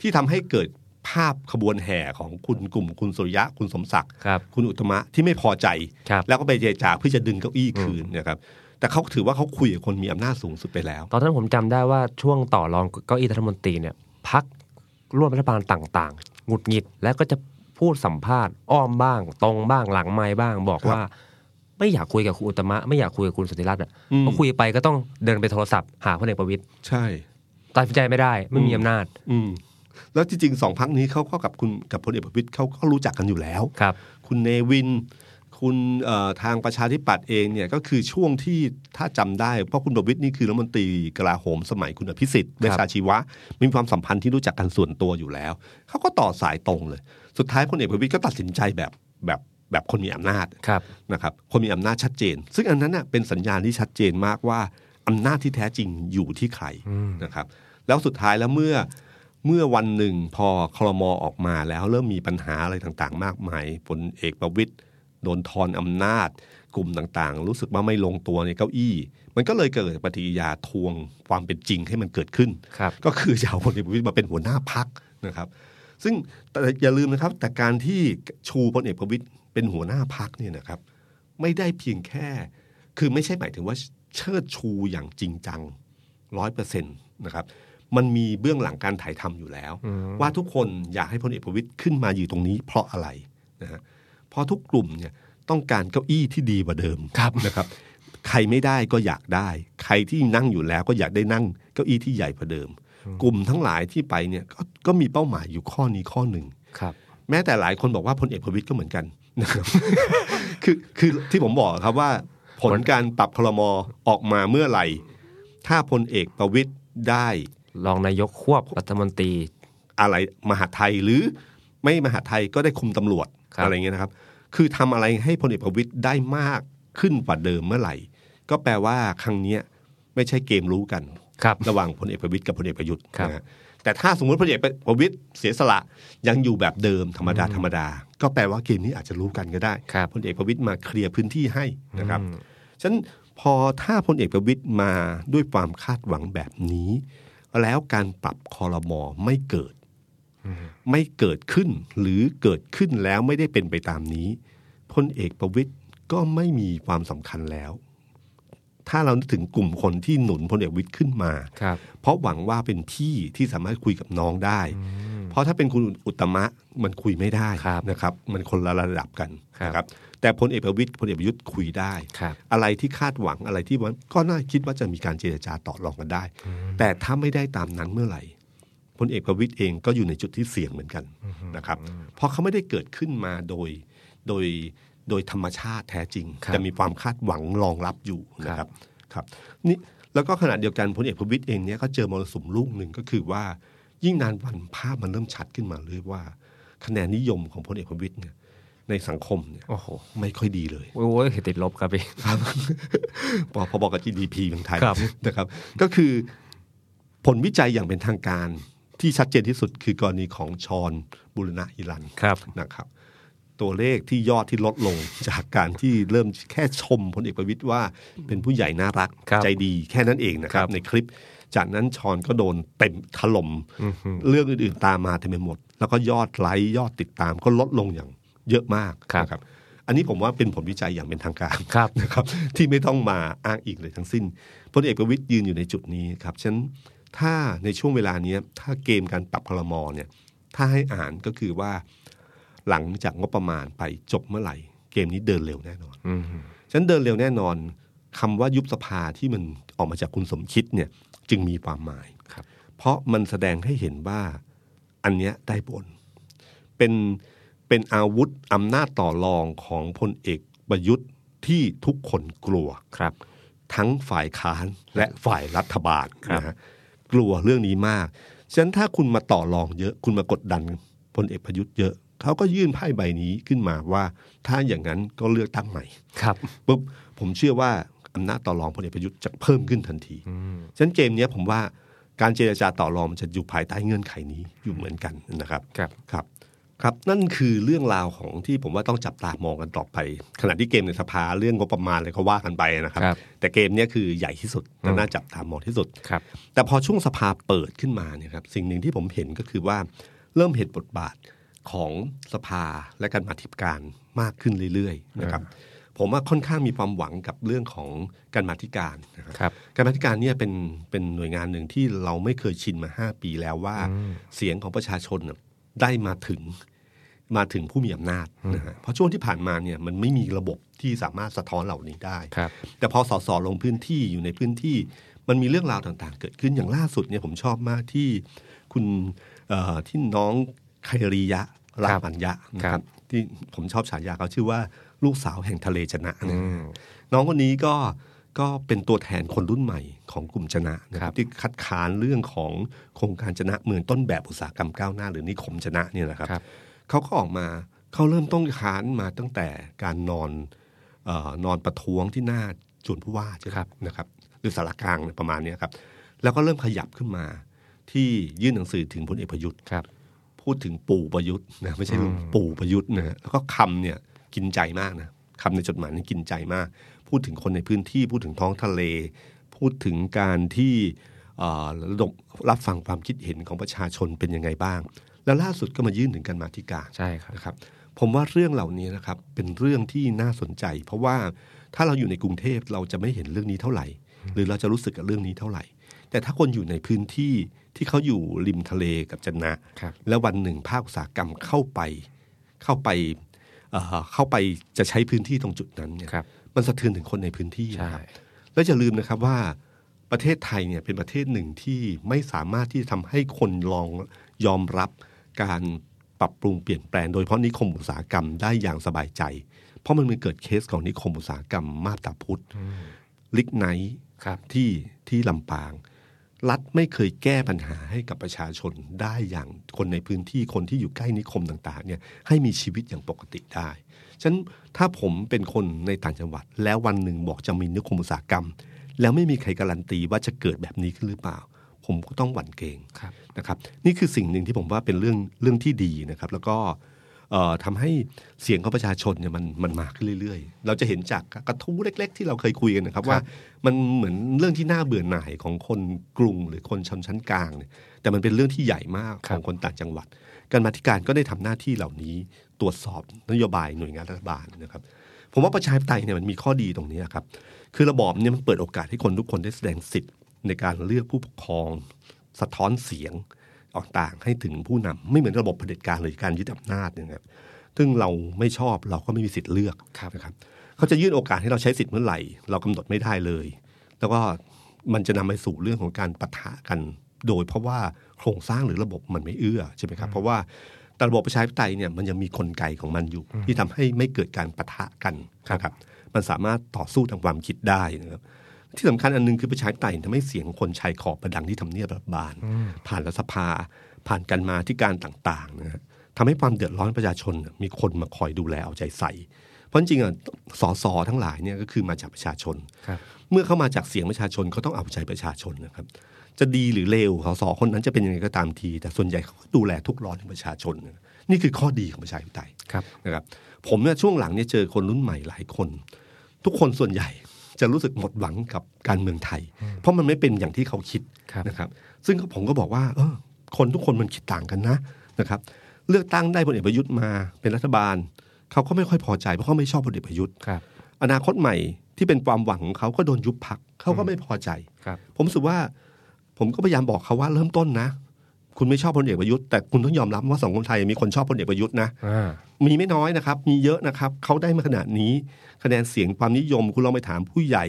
S2: ที่ทำให้เกิดภาพขบวนแห่ของคุณกลุ่ม คุณสุริยะ คุณสมศักดิ์
S3: ครับ
S2: คุณอุตมะที่ไม่พอใจ
S3: ครับ
S2: แล้วก็ไปเจรจาเพื่อจะดึงเก้าอี้คืนนะครับ แต่เขาถือว่าเขาคุยกับคนมีอำนาจสูงสุดไปแล้ว
S3: ตอนนั้นผมจำได้ว่าช่วงต่อรองเก้าอี้รัฐมนตรีเนี่ยพักร่วมรัฐบาลต่างๆหงุดหงิดแล้วก็จะพูดสัมภาษณ์ อ้อมบ้าง ตรงบ้างหลังไม้บ้าง บอก
S2: ครับ
S3: ว่า ไม่อยากคุยกับคุณอุตตมะไม่อยากคุยกับคุณสุทธิรัตน์อ่ะ
S2: อืม
S3: พอคุยไปก็ต้องเดินไปโทรศัพท์หาพลเอกประวิตย
S2: ใช่
S3: ตัดสินใจไม่ได้ไม่มีอำนาจ
S2: อืม แล้วจริงๆสองพักนี้เขาก็กับคุณกับพลเอกประวิตยเขาก็รู้จักกันอยู่แล้ว
S3: ครับ
S2: คุณเนวิน คุณเอ่อทางประชาธิปัตย์เองเนี่ยก็คือช่วงที่ถ้าจำได้เพราะคุณประวิตยนี่คือรัฐมนตรีกลาโหมสมัยคุณอภิสิทธิ์เวชชาชีวะ มีความสัมพันธ์ที่รู้จักกันส่วนตัวอยู่แล้ว เขาก็ต่อสายตรงเลย สุดท้ายพลเอกประวิตยก็ตัดสินใจแบบแบบแบบคนมีอำนาจ
S3: ครับ
S2: นะครับคนมีอำนาจชัดเจน ซึ่งอันนั้นน่ะเป็นสัญญาณที่ชัดเจนมากว่าอำนาจที่แท้จริงอยู่ที่ใครนะครับ แล้วสุดท้ายแล้วเมื่อเมื่อวันหนึ่งพอคลมอออกมาแล้วเริ่มมีปัญหาอะไรต่างๆ มากมายผลเอกประวิตยโดนทอนอำนาจ กลุ่มต่างๆ รู้สึกว่าไม่ลงตัวในเก้าอี้ มันก็เลยเกิดปฏิกิริยาทวงความเป็นจริงให้มันเกิดขึ้น
S3: ครับ
S2: ก็คือจะเอาพลเอกประวิตยมาเป็นหัวหน้าพักนะครับ ซึ่งแต่อย่าลืมนะครับ แต่การที่ชูพลเอกประวิตยเป็นหัวหน้าพักเนี่ยนะครับ ไม่ได้เพียงแค่ คือไม่ใช่หมายถึงว่าเชิดชูอย่างจริงจังร้อยเปอร์เซ็นต์นะครับ มันมีเบื้องหลังการถ่ายทำอยู่แล้ว ว่าทุกคนอยากให้พลเอกประวิตยขึ้นมาอยู่ตรงนี้เพราะอะไรนะฮะเพราะทุกกลุ่มเนี่ยต้องการเก้าอี้ที่ดีกว่าเดิมนะครับ ใครไม่ได้ก็อยากได้ ใครที่นั่งอยู่แล้วก็อยากได้นั่งเก้าอี้ที่ใหญ่กว่าเดิม กลุ่มทั้งหลายที่ไปเนี่ยกก็มีเป้าหมายอยู่ข้อนี้ข้อหนึ่ง
S3: ครับ
S2: แม้แต่หลายคนบอกว่าพลเอกประวิตยก็เหมือนกันนะครับ [LAUGHS] คือคือที่ผมบอกครับว่าผลการปรับคลมอออกมาเมื่อไหร่ ถ้าพลเอกประวิตยได้
S3: รองนายกควบรัฐมนตรี
S2: อะไรมหาดไทยหรือไม่มหาดไทยก็ได้คุมตำรวจ
S3: ครับ
S2: อะไรเงี้ยนะครับ คือทำอะไรให้พลเอกประวิตยได้มากขึ้นกว่าเดิมเมื่อไหร่ ก็แปลว่าครั้งเนี้ยไม่ใช่เกมรู้กัน
S3: ครับ
S2: ระหว่างพลเอกประวิตยกับพลเอกประยุทธ์
S3: ครับ
S2: นะฮะแต่ถ้าสมมติพลเอกประวิตยเสียสละยังอยู่แบบเดิมธรรมดาธรรมดา ก็แปลว่าเกมนี้อาจจะรู้กันก็ได้
S3: ครับ
S2: พลเอกประวิตยมาเคลียร์พื้นที่ให้นะครับฉะนั้นพอถ้าพลเอกประวิตยมาด้วยความคาดหวังแบบนี้ แล้วการปรับคอรมอไม่เกิด ไม่เกิดขึ้นหรือเกิดขึ้นแล้วไม่ได้เป็นไปตามนี้พลเอกประวิตยก็ไม่มีความสำคัญแล้ว ถ้าเรานึกถึงกลุ่มคนที่หนุนพลเอกประวิตยขึ้นมา
S3: ครับ
S2: เพราะหวังว่าเป็นพี่ที่สามารถคุยกับน้องได้ เพราะถ้าเป็นคุณอุตมะมันคุยไม่ได้
S3: ครับ
S2: นะครับ มันคนละระดับกัน
S3: ครับ
S2: นะครับ แต่พลเอกประวิตยพลเอกประยุทธ์คุยได้
S3: ครับ
S2: อะไรที่คาดหวังอะไรที่ว่าก็น่าคิดว่าจะมีการเจรจาต่อรองกันได้ แต่ถ้าไม่ได้ตามนั้นเมื่อไหร่พลเอกประวิตยเองก็อยู่ในจุดที่เสี่ยงเหมือนกันนะครับ เพราะเขาไม่ได้เกิดขึ้นมาโดยโดยโดยธรรมชาติแท้จริง
S3: ครับ
S2: แต่มีความคาดหวังรองรับอยู่นะครับครับนี่แล้วก็ขณะเดียวกันพลเอกประวิตยเองเนี่ยก็เจอมรสุมลูกหนึ่งก็คือว่า ยิ่งนานวันภาพมันเริ่มชัดขึ้นมาเรื่อยว่า คะแนนนิยมของพลเอกประวิตยเนี่ยในสังคมเนี่ย
S3: โอ้โห
S2: ไม่ค่อยดีเลย
S3: โอ้ยติดลบครับพี่
S2: ครับ [LAUGHS] พอพอบอกกับ GDP ของไทย
S3: ครับ
S2: นะครับ ก็คือผลวิจัยอย่างเป็นทางการที่ชัดเจนที่สุดคือกรณีของชอนบุรณะอิรัน
S3: ครับ
S2: นะครับ ตัวเลขที่ยอดที่ลดลง จากการที่เริ่มแค่ชมพลเอกประวิตยว่าเป็นผู้ใหญ่น่ารัก
S3: ครับ
S2: ใจดีแค่นั้นเองนะครั
S3: ครับ บ
S2: ในคลิป จากนั้นชอนก็โดนเต็มถล่มเรื่องอื่นๆตามมาเต็มไปหมด แล้วก็ยอดไลค์ยอดติดตามก็ลดลงอย่างเยอะมาก
S3: ครับ
S2: นะครับ อันนี้ผมว่าเป็นผลวิจัยอย่างเป็นทางการ
S3: ครับ
S2: นะครับ [LAUGHS] ที่ไม่ต้องมาอ้างอิงเลยทั้งสิ้นพลเอกประวิตยยืนอยู่ในจุดนี้ครับฉะนันถ้าในช่วงเวลาเนี้ยถ้าเกมการปรับคลมอเนี่ยถ้าให้อ่านก็คือว่าหลังจากงบประมาณไปจบเมื่อไหร่ เกมนี้เดินเร็วแน่นอน
S3: อืม
S2: ฉะนันเดินเร็วแน่นอนคำว่ายุบสภาที่มันออกมาจากคุณสมคิดเนี่ยจึงมีความหมาย
S3: ครับ
S2: เพราะมันแสดงให้เห็นว่าอันเนี้ยได้ผลเป็นเป็นอาวุธอำนาจต่อรองของพลเอกประยุทธ์ที่ทุกคนกลัว
S3: ครับ
S2: ทั้งฝ่ายค้านและฝ่ายรัฐบาล
S3: ครับ
S2: นะฮะกลัวเรื่องนี้มาก ฉะนั้นถ้าคุณมาต่อรองเยอะ คุณมากดดันพลเอกประยุทธ์เยอะ เขาก็ยื่นไพ่ใบนี้ขึ้นมาว่า ถ้าอย่างนั้นก็เลือกตั้งใหม่
S3: ครับ
S2: ปุ๊บผมเชื่อว่าอำนาจต่อรองพลเอกประยุทธ์จะเพิ่มขึ้นทันที ฉะนั้นเกมเนี้ยผมว่าการเจรจาต่อรองมันจะอยู่ภายใต้เงื่อนไขนี้อยู่เหมือนกันนะครับ
S3: ครับ
S2: ครับ ครับ นั่นคือเรื่องราวของที่ผมว่าต้องจับตามองกันต่อไป ขณะที่เกมในสภาเรื่องงบประมาณอะไรก็ว่ากันไปนะครับ
S3: ครับ
S2: แต่เกมเนี้ยคือใหญ่ที่สุดและน่าจับตามองที่สุด
S3: ครับ
S2: แต่พอช่วงสภาเปิดขึ้นมาเนี่ยครับสิ่งหนึ่งที่ผมเห็นก็คือว่าเริ่มเห็นบทบาทของสภาและการมาธิการมากขึ้นเรื่อยๆนะครับผมว่าค่อนข้างมีความหวังกับเรื่องของการมาธิการนะครับ
S3: ครับ
S2: การมาธิการเนี่ยเป็นเป็นหน่วยงานหนึ่งที่เราไม่เคยชินมา 5 ปีแล้วว่า เสียงของประชาชนน่ะได้มาถึง มาถึงผู้มีอำนาจนะฮะเพราะช่วงที่ผ่านมาเนี่ยมันไม่มีระบบที่สามารถสะท้อนเหล่านี้ได้
S3: ครับ
S2: แต่พอสสลงพื้นที่อยู่ในพื้นที่ มันมีเรื่องราวต่างๆ เกิดขึ้นอย่างล่าสุดเนี่ยผมชอบมากที่คุณเอ่อที่น้องไคริยะรามัญญะนะค
S3: ครั
S2: รับบ ที่ผมชอบฉายาเขาชื่อว่าลูกสาวแห่งทะเลชนะนะ
S3: อืม
S2: น้องคนนี้ก็ก็เป็นตัวแทนคนรุ่นใหม่ของกลุ่มชนะนะค
S3: ครั
S2: รับบ ที่คัดค้านเรื่องของโครงการชนะเมืองต้นแบบอุตสาหกรรมก้าวหน้า หรือนิคมชนะเนี่ยนะครับ
S3: ครับ
S2: เขาก็ออกมาเขาเริ่มต้นค้านมาตั้งแต่การนอนเออนอนประท้วงที่หน้าจวนผู้ว่าใช่ไหม
S3: ครับ
S2: นะครับ หรือสารกลางเนี่ยประมาณเนี้ยครับ แล้วก็เริ่มขยับขึ้นมา ที่ยื่นหนังสือถึงพลเอกประยุทธ์
S3: ครับ
S2: พูดถึงปู่ประยุทธ์นะไม่ใช่ลุงปู่ประยุทธ์นะฮะแล้วก็คำเนี่ยกินใจมากนะคำในจดหมายนี่กินใจมาก พูดถึงคนในพื้นที่ พูดถึงท้องทะเล พูดถึงการที่เอ่อระดมรับฟังความคิดเห็นของประชาชนเป็นยังไงบ้าง แล้วล่าสุดก็มายื่นถึงกันมาธิการ
S3: ใช่ครับ
S2: นะครับผมว่าเรื่องเหล่านี้นะครับเป็นเรื่องที่น่าสนใจ เพราะว่าถ้าเราอยู่ในกรุงเทพเราจะไม่เห็นเรื่องนี้เท่าไหร่ หรือเราจะรู้สึกกับเรื่องนี้เท่าไหร่ แต่ถ้าคนอยู่ในพื้นที่ที่เขาอยู่ริมทะเลกับจันนะครับ แล้ววันหนึ่งภาคอุตสาหกรรมเข้าไปเข้าไปเอ่อเข้าไปจะใช้พื้นที่ตรงจุดนั้นเนี่ย
S3: ครับ
S2: มันสะเทือนถึงคนในพื้นที่
S3: ใช่
S2: นะครับ แล้วอย่าลืมนะครับว่าประเทศไทยเนี่ยเป็นประเทศหนึ่งที่ไม่สามารถที่จะทำให้คนลองยอมรับการปรับปรุงเปลี่ยนแปลงโดยเฉพาะนิคมอุตสาหกรรมได้อย่างสบายใจ เพราะมันมีเกิดเคสของนิคมอุตสาหกรรมมาบตาพุธลิกไนท์
S3: ครับ
S2: ที่ที่ลำปาง รัฐไม่เคยแก้ปัญหาให้กับประชาชนได้อย่างคนในพื้นที่คนที่อยู่ใกล้นิคมต่างๆเนี่ยให้มีชีวิตอย่างปกติได้ ฉะนั้นถ้าผมเป็นคนในต่างจังหวัด แล้ววันหนึ่งบอกจะมีนิคมอุตสาหกรรม แล้วไม่มีใครการันตีว่าจะเกิดแบบนี้ขึ้นหรือเปล่า ผมก็ต้องหวั่นเกรง
S3: ครับ
S2: นะครับ นี่คือสิ่งหนึ่งที่ผมว่าเป็นเรื่องเรื่องที่ดีนะครับ แล้วก็เอ่อทำให้เสียงของประชาชนเนี่ยมันมันมากขึ้นเรื่อยๆ เราจะเห็นจากกระทู้เล็ก ๆ ที่เราเคยคุยกันนะครับ ว่ามันเหมือนเรื่องที่น่าเบื่อหน่ายของคนกรุงหรือคนชนชั้นกลางเนี่ยแต่มันเป็นเรื่องที่ใหญ่มาก
S3: ค
S2: ข
S3: รับ
S2: องคนต่างจังหวัด การมาธิการก็ได้ทำหน้าที่เหล่านี้ตรวจสอบนโยบายหน่วยงานรัฐบาลนะครับ ผมว่าประชาธิปไตยเนี่ยมันมีข้อดีตรงนี้ครับ คือระบอบเนี่ยมันเปิดโอกาสให้คนทุกคนได้แสดงสิทธิ์ในการเลือกผู้ปกครอง สะท้อนเสียงต่างๆให้ถึงผู้นำไม่เหมือนระบบเผด็จการหรือการยึดอำนาจเนยนะครับ ซึ่งเราไม่ชอบเราก็ไม่มีสิทธิ์เลือกนะครับเขาจะยื่นโอกาสให้เราใช้สิทธิ์เมื่อไหร่ เรากำหนดไม่ได้เลย แล้วก็มันจะนำไปสู่เรื่องของการปะทะกัน โดยเพราะว่าโครงสร้างหรือระบบมันไม่เอื้อใช่ไหมครับเพราะว่าแต่ระบบประชาธิปไตยเนี่ยมันยังมีกลไกของมันอยู่ ที่ทำให้ไม่เกิดการปะทะกันนะครับ มันสามารถต่อสู้ทางความคิดได้นะครับ ที่สำคัญอันหนึงคือประชาธิปไตยทำให้เสียงคนชายขอบประดังที่ทำเนียบรัฐบาล ผ่านรัฐสภา ผ่านการมาที่การต่างๆนะฮะทำให้ความเดือดร้อนประชาชนน่ะมีคนมาคอยดูแลเอาใจใส่ เพราะจริงๆอ่ะสสทั้งหลายเนี่ยก็คือมาจากประชาชน
S3: ครับ
S2: เมื่อเข้ามาจากเสียงประชาชนเขาต้องเอาใจประชาชนนะครับ จะดีหรือเลวสสคนนั้นจะเป็นยังไงก็ตามที แต่ส่วนใหญ่เขาก็ดูแลทุกร้อนของประชาชนนะนี่คือข้อดีของประชาธิปไตย
S3: ครับ
S2: นะครับผมเนี่ยช่วงหลังเนี่ยเจอคนรุ่นใหม่หลายคน ทุกคนส่วนใหญ่จะรู้สึกหมดหวังกับการเมืองไทย เพราะมันไม่เป็นอย่างที่เขาคิด
S3: ครับ
S2: นะครับ ซึ่งก็ผมก็บอกว่าเออคนทุกคนมันคิดต่างกันนะนะครับ เลือกตั้งได้พลเอกประยุทธ์มาเป็นรัฐบาล เขาก็ไม่ค่อยพอใจเพราะเขาไม่ชอบพลเอกประยุทธ์
S3: ครับ
S2: อนาคตใหม่ที่เป็นความหวังของเขาก็โดนยุบพักเขาก็ไม่พอใจ
S3: ครับ
S2: ผมรู้สึกว่าผมก็พยายามบอกเขาว่าเริ่มต้นนะ คุณไม่ชอบพลเอกประยุทธ์แต่คุณต้องยอมรับว่าสังคมไทยมีคนชอบพลเอกประยุทธ์นะ
S3: อ่า
S2: มีไม่น้อยนะครับ มีเยอะนะครับ เขาได้มาขนาดนี้ คะแนนเสียงความนิยม คุณลองไปถามผู้ใหญ่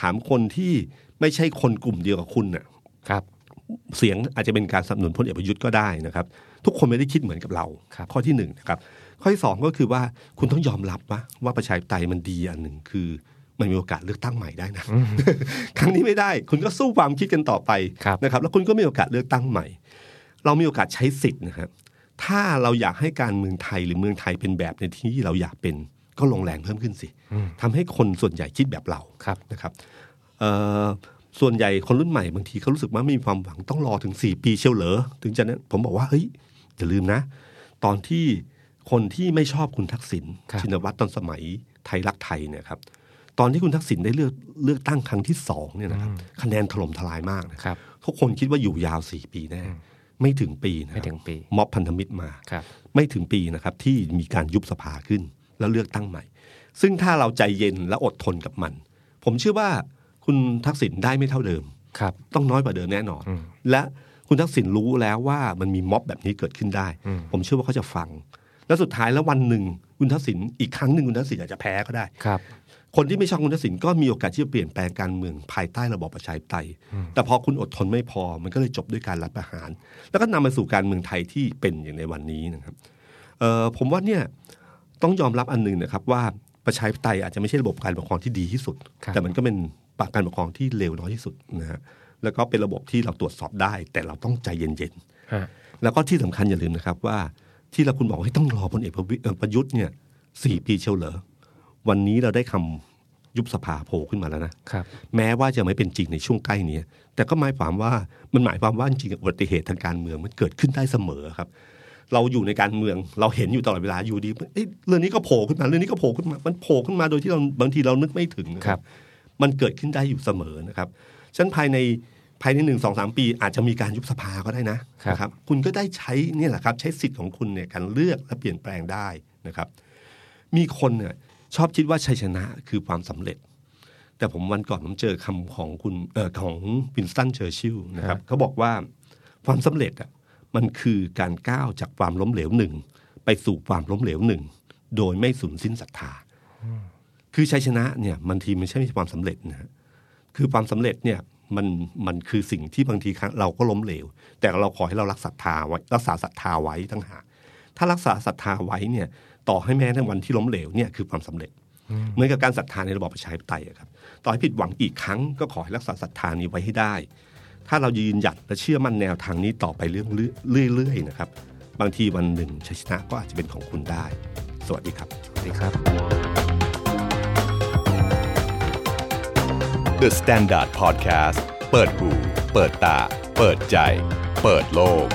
S2: ถามคนที่ไม่ใช่คนกลุ่มเดียวกับคุณน่ะ
S3: ครับ
S2: เสียงอาจจะเป็นการสนับสนุนพลเอกประยุทธ์ก็ได้นะครับ ทุกคนไม่ได้คิดเหมือนกับเรา
S3: ครับ
S2: ข้อที่หนึ่งนะครับ ข้อที่สองก็คือว่าคุณต้องยอมรับว่าว่าประชาธิปไตยมันดีอันหนึ่งคือ มันมีโอกาสเลือกตั้งใหม่ได้นะ ครั้งนี้ไม่ได้ คุณก็สู้ความคิดกันต่อไป
S3: ครับ
S2: นะครับ แล้วคุณก็มีโอกาสเลือกตั้งใหม่ เรามีโอกาสใช้สิทธิ์นะครับ ถ้าเราอยากให้การเมืองไทยหรือเมืองไทยเป็นแบบในที่เราอยากเป็น ก็ลงแรงเพิ่มขึ้นสิทำให้คนส่วนใหญ่คิดแบบเรา
S3: ครับ
S2: นะครับเอ่อส่วนใหญ่คนรุ่นใหม่บางทีเขารู้สึกว่าไม่มีความหวังต้องรอถึง 4 ปีเชียวเหรอถึงจะนั้นผมบอกว่าเฮ้ยอย่าลืมนะ ตอนที่คนที่ไม่ชอบคุณทักษิณ
S3: ครับ
S2: ชินวัตรตอนสมัยไทยรักไทยเนี่ยครับตอนที่คุณทักษิณได้เลือกเลือกตั้งครั้งที่สองเนี่ยนะครับคะแนนถล่มทลายมากนะครับ ทุกคนคิดว่าอยู่ยาว 4 ปีแน่ไม่ถึงปีนะค
S3: ไม่
S2: รับ
S3: ถึงปี
S2: ม็อบพันธมิตรมา
S3: ครับ
S2: ไม่ถึงปีนะครับที่มีการยุบสภาขึ้นแล้วเลือกตั้งใหม่ ซึ่งถ้าเราใจเย็นและอดทนกับมัน ผมเชื่อว่าคุณทักษิณได้ไม่เท่าเดิม
S3: ครับ
S2: ต้องน้อยกว่าเดิมแน่นอน และคุณทักษิณรู้แล้วว่ามันมีม็อบแบบนี้เกิดขึ้นได้ ผมเชื่อว่าเขาจะฟัง แล้วสุดท้ายแล้ววันหนึ่งคุณทักษิณอีกครั้งหนึ่งคุณทักษิณอาจจะแพ้ก็ได้
S3: ครับ
S2: คนที่ไม่ชอบคุณทักษิณก็มีโอกาสที่จะเปลี่ยนแปลงการเมืองภายใต้ระบอบประชาธิปไตย แต่พอคุณอดทนไม่พอมันก็เลยจบด้วยการรัฐประหาร แล้วก็นำมาสู่การเมืองไทยที่เป็นอย่างในวันนี้นะครับเอ่อผมว่าเนี่ยต้องยอมรับอันหนึ่งนะครับว่าประชาธิปไตยอาจจะไม่ใช่ระบบการปกครองที่ดีที่สุด
S3: ครับ
S2: แต่มันก็เป็นปากการปกครองที่เลวน้อยที่สุดนะฮะแล้วก็เป็นระบบที่เราตรวจสอบได้ แต่เราต้องใจเย็นๆ
S3: ฮะ
S2: แล้วก็ที่สำคัญอย่าลืมนะครับว่าที่เราคุณบอกว่าให้ต้องรอพลเอกประวิเอ่อประยุทธ์เนี่ยสี่ปีเชียวเหรอวันนี้เราได้คำยุบสภาโผล่ขึ้นมาแล้วนะครับ แม้ว่าจะไม่เป็นจริงในช่วงใกล้เนี้ยแต่ก็หมายความว่ามันหมายความว่าจริงๆอุบัติเหตุทางการเมืองมันเกิดขึ้นได้เสมอครับ เราอยู่ในการเมืองเราเห็นอยู่ตลอดเวลาอยู่ดีเอ้ยเรื่องนี้ก็โผล่ขึ้นมาเรื่องนี้ก็โผล่ขึ้นมามันโผล่ขึ้นมาโดยที่เราบางทีเรานึกไม่ถึงนะ
S3: ครับ
S2: มันเกิดขึ้นได้อยู่เสมอนะครับฉะนันภายในภายในหนึ่งสองสามปี อาจจะมีการยุบสภาก็ได้นะครับ นะคุณก็ได้ใช้เนี่ยแหละครับ ใช้สิทธิ์ของคุณเนี่ยการเลือกและเปลี่ยนแปลงได้นะครับ มีคนเนี่ยชอบคิดว่าชัยชนะคือความสำเร็จ แต่ผมวันก่อนผมเจอคำของคุณเออของวินสตันเชอร์ชิลนะครับเขาบอกว่าความสำเร็จอ่ะมันคือการก้าวจากความล้มเหลวหนึ่งไปสู่ความล้มเหลวหนึ่งโดยไม่สูญสิ้นศรัทธา คือชัยชนะเนี่ยบางทีมันไม่ใช่ความสำเร็จนะฮะคือความสำเร็จเนี่ยมันมันคือสิ่งที่บางทีครั้งเราก็ล้มเหลว แต่เราขอให้เรารักศรัทธาไว้รักษาศรัทธาไว้ตั้งหากถ้ารักษาศรัทธาไว้เนี่ยต่อให้แม้ในวันที่ล้มเหลวเนี่ยคือความสำเร็จ เหมือนกับการศรัทธาในระบอบประชาธิปไตยอะครับต่อให้ผิดหวังอีกครั้งก็ขอให้รักษาศรัทธานี้ไว้ให้ได้ ถ้าเรายืนหยัดและเชื่อมั่นแนวทางนี้ต่อไปเรื่องเรื่อยๆเรื่อยๆนะครับบางทีวันหนึ่งชัยชนะก็อาจจะเป็นของคุณได้ สวัสดีครับ
S3: สวัสดีครับ
S1: The Standard Podcast เปิดหูเปิดตา เปิดใจ เปิดโลก